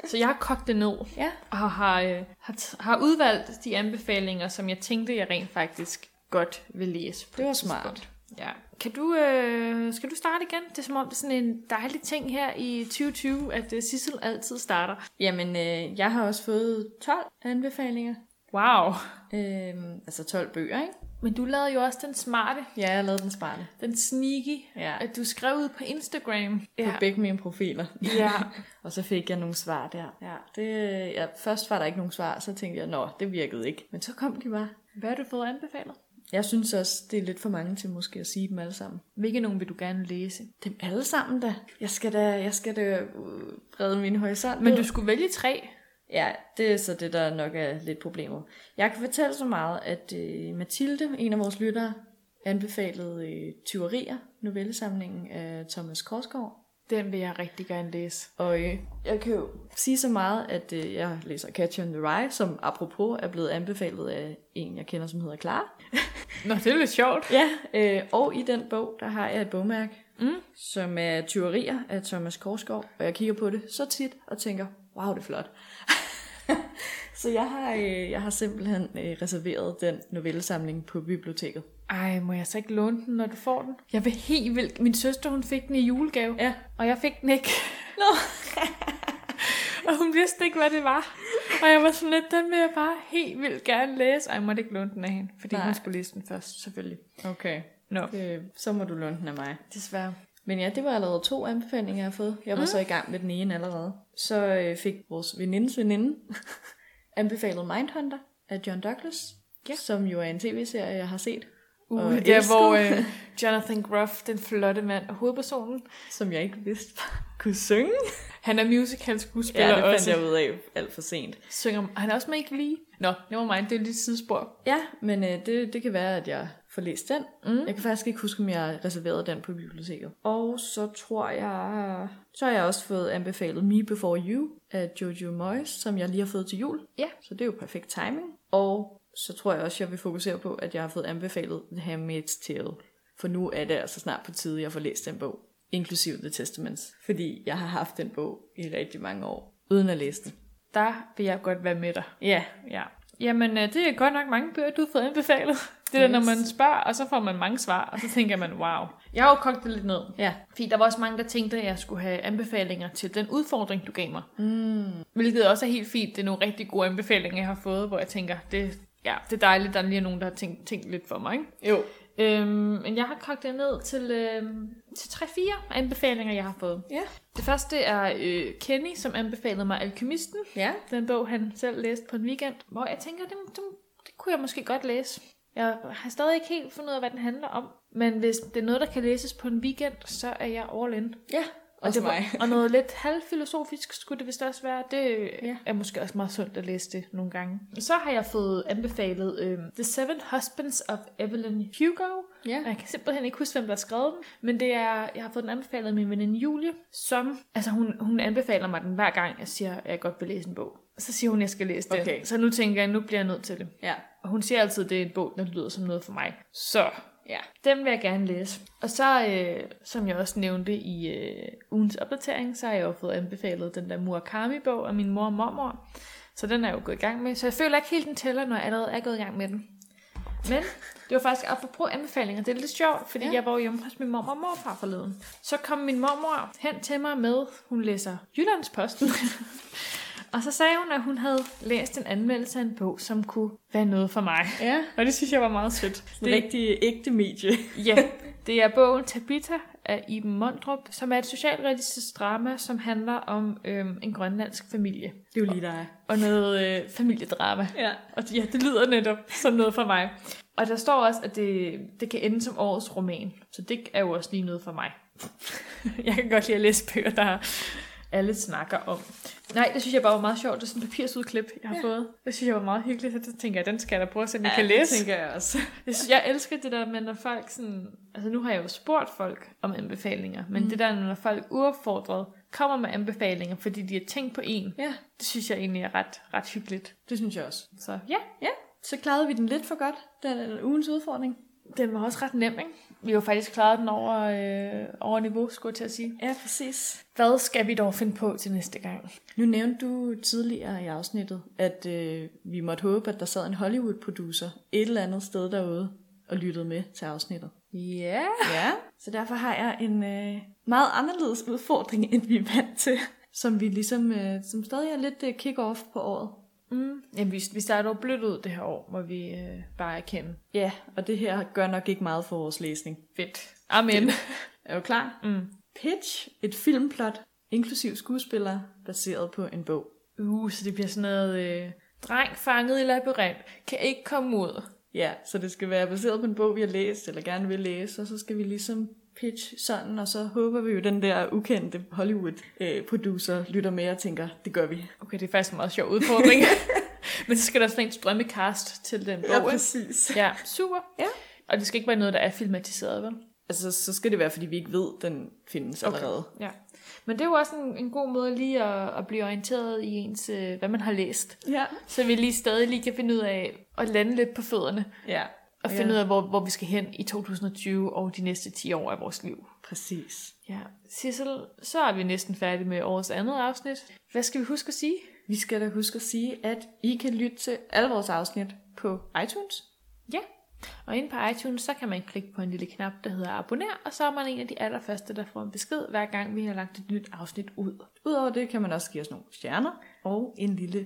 Speaker 2: Så jeg har kogt det ned
Speaker 1: Ja.
Speaker 2: og har, øh, har, t- har udvalgt de anbefalinger, som jeg tænkte, jeg rent faktisk godt vil læse. På
Speaker 1: Det var
Speaker 2: et tidspunkt.
Speaker 1: smart.
Speaker 2: Ja. Kan du, øh, skal du starte igen? Det er som om, det er sådan en dejlig ting her i 2020, at øh, Sissel altid starter.
Speaker 1: Jamen, øh, jeg har også fået 12 anbefalinger.
Speaker 2: Wow.
Speaker 1: Øhm, altså 12 bøger, ikke?
Speaker 2: Men du lavede jo også den smarte,
Speaker 1: Ja, jeg lavede den smarte.
Speaker 2: den sneaky,
Speaker 1: Ja.
Speaker 2: at du skrev ud på Instagram.
Speaker 1: På begge mine profiler.
Speaker 2: ja.
Speaker 1: <laughs> Og så fik jeg nogle svar der. Ja, det, ja, først var der ikke nogen svar, så tænkte jeg, nå, det virkede ikke. Men så kom de bare.
Speaker 2: Hvad har du fået anbefalet?
Speaker 1: Jeg synes også, det er lidt for mange til måske at sige dem alle sammen.
Speaker 2: Hvilke nogen vil du gerne læse?
Speaker 1: Dem alle sammen da. Jeg skal da, jeg skal da øh, brede min horisont.
Speaker 2: Men
Speaker 1: ud.
Speaker 2: du skulle vælge tre.
Speaker 1: Ja, det er så det, der nok er lidt problemet. Jeg kan fortælle så meget, at øh, Mathilde, en af vores lyttere, anbefalede øh, Tyverier, novellesamlingen af Thomas Korsgaard.
Speaker 2: Den vil jeg rigtig gerne læse.
Speaker 1: Og øh, jeg kan jo sige så meget, at øh, jeg læser Catcher in the Rye, som apropos er blevet anbefalet af en, jeg kender, som hedder Clara. <laughs>
Speaker 2: Nå, det er lidt sjovt.
Speaker 1: Ja, øh, og i den bog, der har jeg et bogmærke, mm. som er Tyverier af Thomas Korsgaard, og jeg kigger på det så tit og tænker, wow, det er flot. <laughs> så jeg har, øh, jeg har simpelthen øh, reserveret den novellesamling på biblioteket.
Speaker 2: Ej, må jeg så ikke låne den, når du får den? Jeg vil helt vildt. Min søster, hun fik den i julegave.
Speaker 1: Ja.
Speaker 2: Og jeg fik den ikke. Nå. <laughs> og hun vidste ikke, hvad det var. Og jeg var sådan lidt, den vil jeg bare helt vildt gerne læse. Ej, jeg måtte ikke låne den af hende, fordi Nej.
Speaker 1: Nej.
Speaker 2: hun skulle læse den først, selvfølgelig.
Speaker 1: Okay.
Speaker 2: Nå,
Speaker 1: Øh, så må du låne den af mig.
Speaker 2: desværre.
Speaker 1: Men ja, det var allerede to anbefalinger, jeg har fået. Jeg var mm. så i gang med den ene allerede. Så øh, fik vores venindes veninde <laughs> anbefalet Mindhunter af John Douglas, ja. som jo er en tv-serie, jeg har set,
Speaker 2: Uh,
Speaker 1: Og
Speaker 2: der
Speaker 1: elsket.
Speaker 2: hvor øh, Jonathan Groff, den flotte mand og hovedpersonen,
Speaker 1: <laughs> som jeg ikke vidste <laughs> kunne synge.
Speaker 2: han er musical skuespiller
Speaker 1: Ja, det fandt
Speaker 2: også.
Speaker 1: jeg ud af alt for sent.
Speaker 2: Synger, han er også med ikke lige. Nå, never mind, det er lidt sidespor.
Speaker 1: Ja, men øh, det, det kan være, at jeg får læst den. Mm. Jeg kan faktisk ikke huske, om jeg reserverede den på biblioteket. Og så tror jeg... Så har jeg også fået anbefalet Me Before You af Jojo Moyes, som jeg lige har fået til jul.
Speaker 2: Ja.
Speaker 1: Så det er jo perfekt timing. Og så tror jeg også, jeg vil fokusere på, at jeg har fået anbefalet The Handmaid's Tale. For nu er det altså snart på tide, jeg får læst den bog. Inklusive The Testaments. Fordi jeg har haft den bog i rigtig mange år, uden at læse den.
Speaker 2: Der vil jeg godt være med dig.
Speaker 1: Ja,
Speaker 2: Ja. Jamen, øh, det er godt nok mange bøger, du har fået anbefalet. Det er yes. når man spørger, og så får man mange svar, og så tænker man, wow. Jeg har jo kogt det lidt ned.
Speaker 1: ja.
Speaker 2: Fordi der var også mange, der tænkte, at jeg skulle have anbefalinger til den udfordring, du gav mig. Mm. Hvilket også er helt fint. Det er nogle rigtig gode anbefalinger, jeg har fået, hvor jeg tænker, det, ja, det er dejligt, der lige er nogen, der har tænkt, tænkt lidt for mig. Ikke?
Speaker 1: Jo.
Speaker 2: Øhm, men jeg har kogt det ned til, øhm, til 3-4 anbefalinger, jeg har fået.
Speaker 1: Ja.
Speaker 2: Det første er øh, Kenny, som anbefalede mig Alkymisten.
Speaker 1: Ja.
Speaker 2: Den bog, han selv læste på en weekend, hvor jeg tænker, det, det, det kunne jeg måske godt læse. Jeg har stadig ikke helt fundet ud af, hvad den handler om. Men hvis det er noget, der kan læses på en weekend, så er jeg all in.
Speaker 1: Ja, også
Speaker 2: det var-
Speaker 1: mig.
Speaker 2: og noget lidt halvfilosofisk skulle det vist også være. Det øh,
Speaker 1: Ja.
Speaker 2: er måske også meget sundt at læse det nogle gange. Så har jeg fået anbefalet øh, The Seven Husbands of Evelyn Hugo.
Speaker 1: Ja.
Speaker 2: Og Jeg kan simpelthen ikke huske, hvem der har skrevet den, men det er, jeg har fået den anbefalet af min veninde Julie, som, altså hun, hun anbefaler mig den hver gang, jeg siger, at jeg godt vil læse en bog. Så siger hun, at jeg skal læse den.
Speaker 1: Okay.
Speaker 2: Så nu tænker jeg, nu bliver jeg nødt til det.
Speaker 1: Ja.
Speaker 2: Og hun siger altid, at det er en bog, der lyder som noget for mig. Så
Speaker 1: Ja.
Speaker 2: den vil jeg gerne læse. Og så, øh, som jeg også nævnte i øh, ugens opdatering, så har jeg jo fået anbefalet den der Murakami-bog af min mor og mormor. Så den er jeg jo gået i gang med. Så jeg føler ikke helt, den tæller, når jeg allerede er gået i gang med den. Men det var faktisk apropos anbefalinger. Det er lidt sjovt, fordi ja. jeg var jo hjemme hos min mormor og morfar forleden. Så kom min mormor hen til mig med, hun læser Jyllandsposten. <laughs> og så sagde hun, at hun havde læst en anmeldelse af en bog, som kunne være noget for mig.
Speaker 1: Ja.
Speaker 2: Og det synes jeg var meget sødt.
Speaker 1: Det rigtig ægte medie.
Speaker 2: Ja, det er bogen Tabitha af Iben Mondrup, som er et socialrealistisk drama, som handler om øhm, en grønlandsk familie
Speaker 1: Det er jo lige dig.
Speaker 2: og noget øh, familiedrama.
Speaker 1: Ja.
Speaker 2: Og ja, det lyder netop som noget for mig. <laughs> Og der står også, at det, det kan ende som årets roman, så det er jo også lige noget for mig. jeg kan godt lide at læse bøger, der alle snakker om. Nej, det synes jeg bare var meget sjovt. Det er sådan en papirsudklip, jeg har ja. fået. Det synes jeg var meget hyggeligt, så det tænker jeg, den skal jeg da bruge, så jeg kan læse.
Speaker 1: tænker jeg også.
Speaker 2: Jeg, synes, jeg elsker det der med, når folk sådan... Altså nu har jeg jo spurgt folk om anbefalinger, men mm. det der, når folk uopfordret kommer med anbefalinger, fordi de har tænkt på en,
Speaker 1: Ja,
Speaker 2: det synes jeg egentlig er ret, ret hyggeligt.
Speaker 1: det synes jeg også.
Speaker 2: Så ja,
Speaker 1: Så klarede vi den lidt for godt, den, den ugens udfordring.
Speaker 2: den var også ret nem, ikke? Vi har jo faktisk klaret den over, øh, over niveau, skulle jeg til at sige.
Speaker 1: Ja, præcis.
Speaker 2: Hvad skal vi dog finde på til næste gang?
Speaker 1: Nu nævnte du tidligere i afsnittet, at øh, vi måtte håbe, at der sad en Hollywood-producer et eller andet sted derude og lyttede med til afsnittet.
Speaker 2: Ja.
Speaker 1: Ja. Så derfor har jeg en øh, meget anderledes udfordring, end vi er vant til, som vi ligesom, øh, som stadig er lidt øh, kick-off på året.
Speaker 2: Mm. Jamen, vi, vi starter jo blødt ud det her år, hvor vi øh, bare er kendt.
Speaker 1: Ja, og det her gør nok ikke meget for vores læsning.
Speaker 2: Fedt. Amen.
Speaker 1: Er du klar?
Speaker 2: Mm.
Speaker 1: Pitch, et filmplot, inklusiv skuespillere, baseret på en bog.
Speaker 2: <laughs> Uh, så det bliver sådan noget... Øh, dreng fanget i labyrint. Kan ikke komme ud.
Speaker 1: Ja, så det skal være baseret på en bog, vi har læst, eller gerne vil læse, og så skal vi ligesom pitch sådan, og så håber vi jo, den der ukendte Hollywood-producer lytter med og tænker, det gør vi.
Speaker 2: Okay, det er faktisk en meget sjov
Speaker 1: <laughs>
Speaker 2: udfordring. Men så skal der sådan en drømmecast til den bog. ikke?
Speaker 1: præcis.
Speaker 2: ja super.
Speaker 1: Ja.
Speaker 2: Og det skal ikke være noget, der er filmatiseret, vel?
Speaker 1: Altså, så skal det være, fordi vi ikke ved, den findes okay. allerede.
Speaker 2: Ja. Men det er jo også en, en god måde lige at, at blive orienteret i ens, øh, hvad man har læst.
Speaker 1: Ja.
Speaker 2: Så vi lige stadig lige kan finde ud af at lande lidt på fødderne.
Speaker 1: Ja.
Speaker 2: Og finde ud af, hvor, hvor vi skal hen i 2020 og de næste 10 år af vores liv.
Speaker 1: Præcis.
Speaker 2: Ja, Sissel, så er vi næsten færdige med årets andet afsnit. Hvad skal vi huske at sige?
Speaker 1: Vi skal da huske at sige, at I kan lytte til alle vores afsnit på iTunes.
Speaker 2: Ja, og inde på iTunes, så kan man klikke på en lille knap, der hedder abonner, og så er man en af de allerførste, der får en besked, hver gang vi har lagt et nyt afsnit ud.
Speaker 1: Udover det kan man også give os nogle stjerner og en lille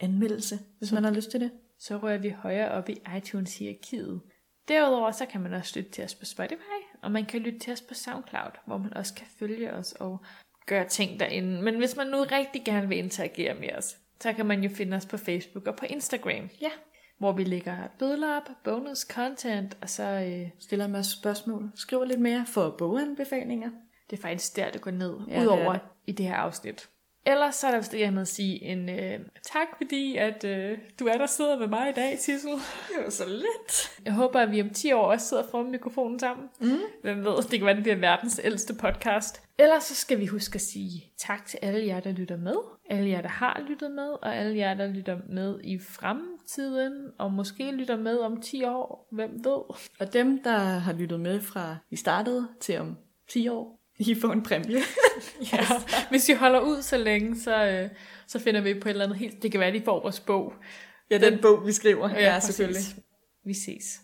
Speaker 1: anmeldelse, hvis man har lyst til det.
Speaker 2: Så rører vi højere op i iTunes-hierarkiet. Derudover så kan man også lytte til os på Spotify, og man kan lytte til os på SoundCloud, hvor man også kan følge os og gøre ting derinde. Men hvis man nu rigtig gerne vil interagere med os, så kan man jo finde os på Facebook og på Instagram,
Speaker 1: Ja.
Speaker 2: hvor vi lægger billeder op, bonus content, og så øh,
Speaker 1: Stiller en masse spørgsmål. Skriver lidt mere for boganbefalinger.
Speaker 2: Det er faktisk der, det går ned,
Speaker 1: Ja,
Speaker 2: ja,
Speaker 1: det er
Speaker 2: udover
Speaker 1: det.
Speaker 2: det det. i det her afsnit. Ellers så er der vist ikke andet at sige end øh, tak, fordi at, øh, du er der sidder med mig i dag, Sissel.
Speaker 1: Det var så lidt.
Speaker 2: Jeg håber, at vi om 10 år også sidder foran mikrofonen sammen. Mm. Hvem ved, det kan være, det bliver verdens ældste podcast. Ellers så skal vi huske at sige tak til alle jer, der lytter med. Alle jer, der har lyttet med, og alle jer, der lytter med i fremtiden, og måske lytter med om 10 år. Hvem ved?
Speaker 1: Og dem, der har lyttet med fra vi startede til om 10 år, I får en præmie.
Speaker 2: <laughs> Ja, hvis I holder ud så længe, så, øh, så finder vi på et eller andet helt... Det kan være, at I får vores bog.
Speaker 1: ja, den bog, vi skriver.
Speaker 2: præcis. Vi ses.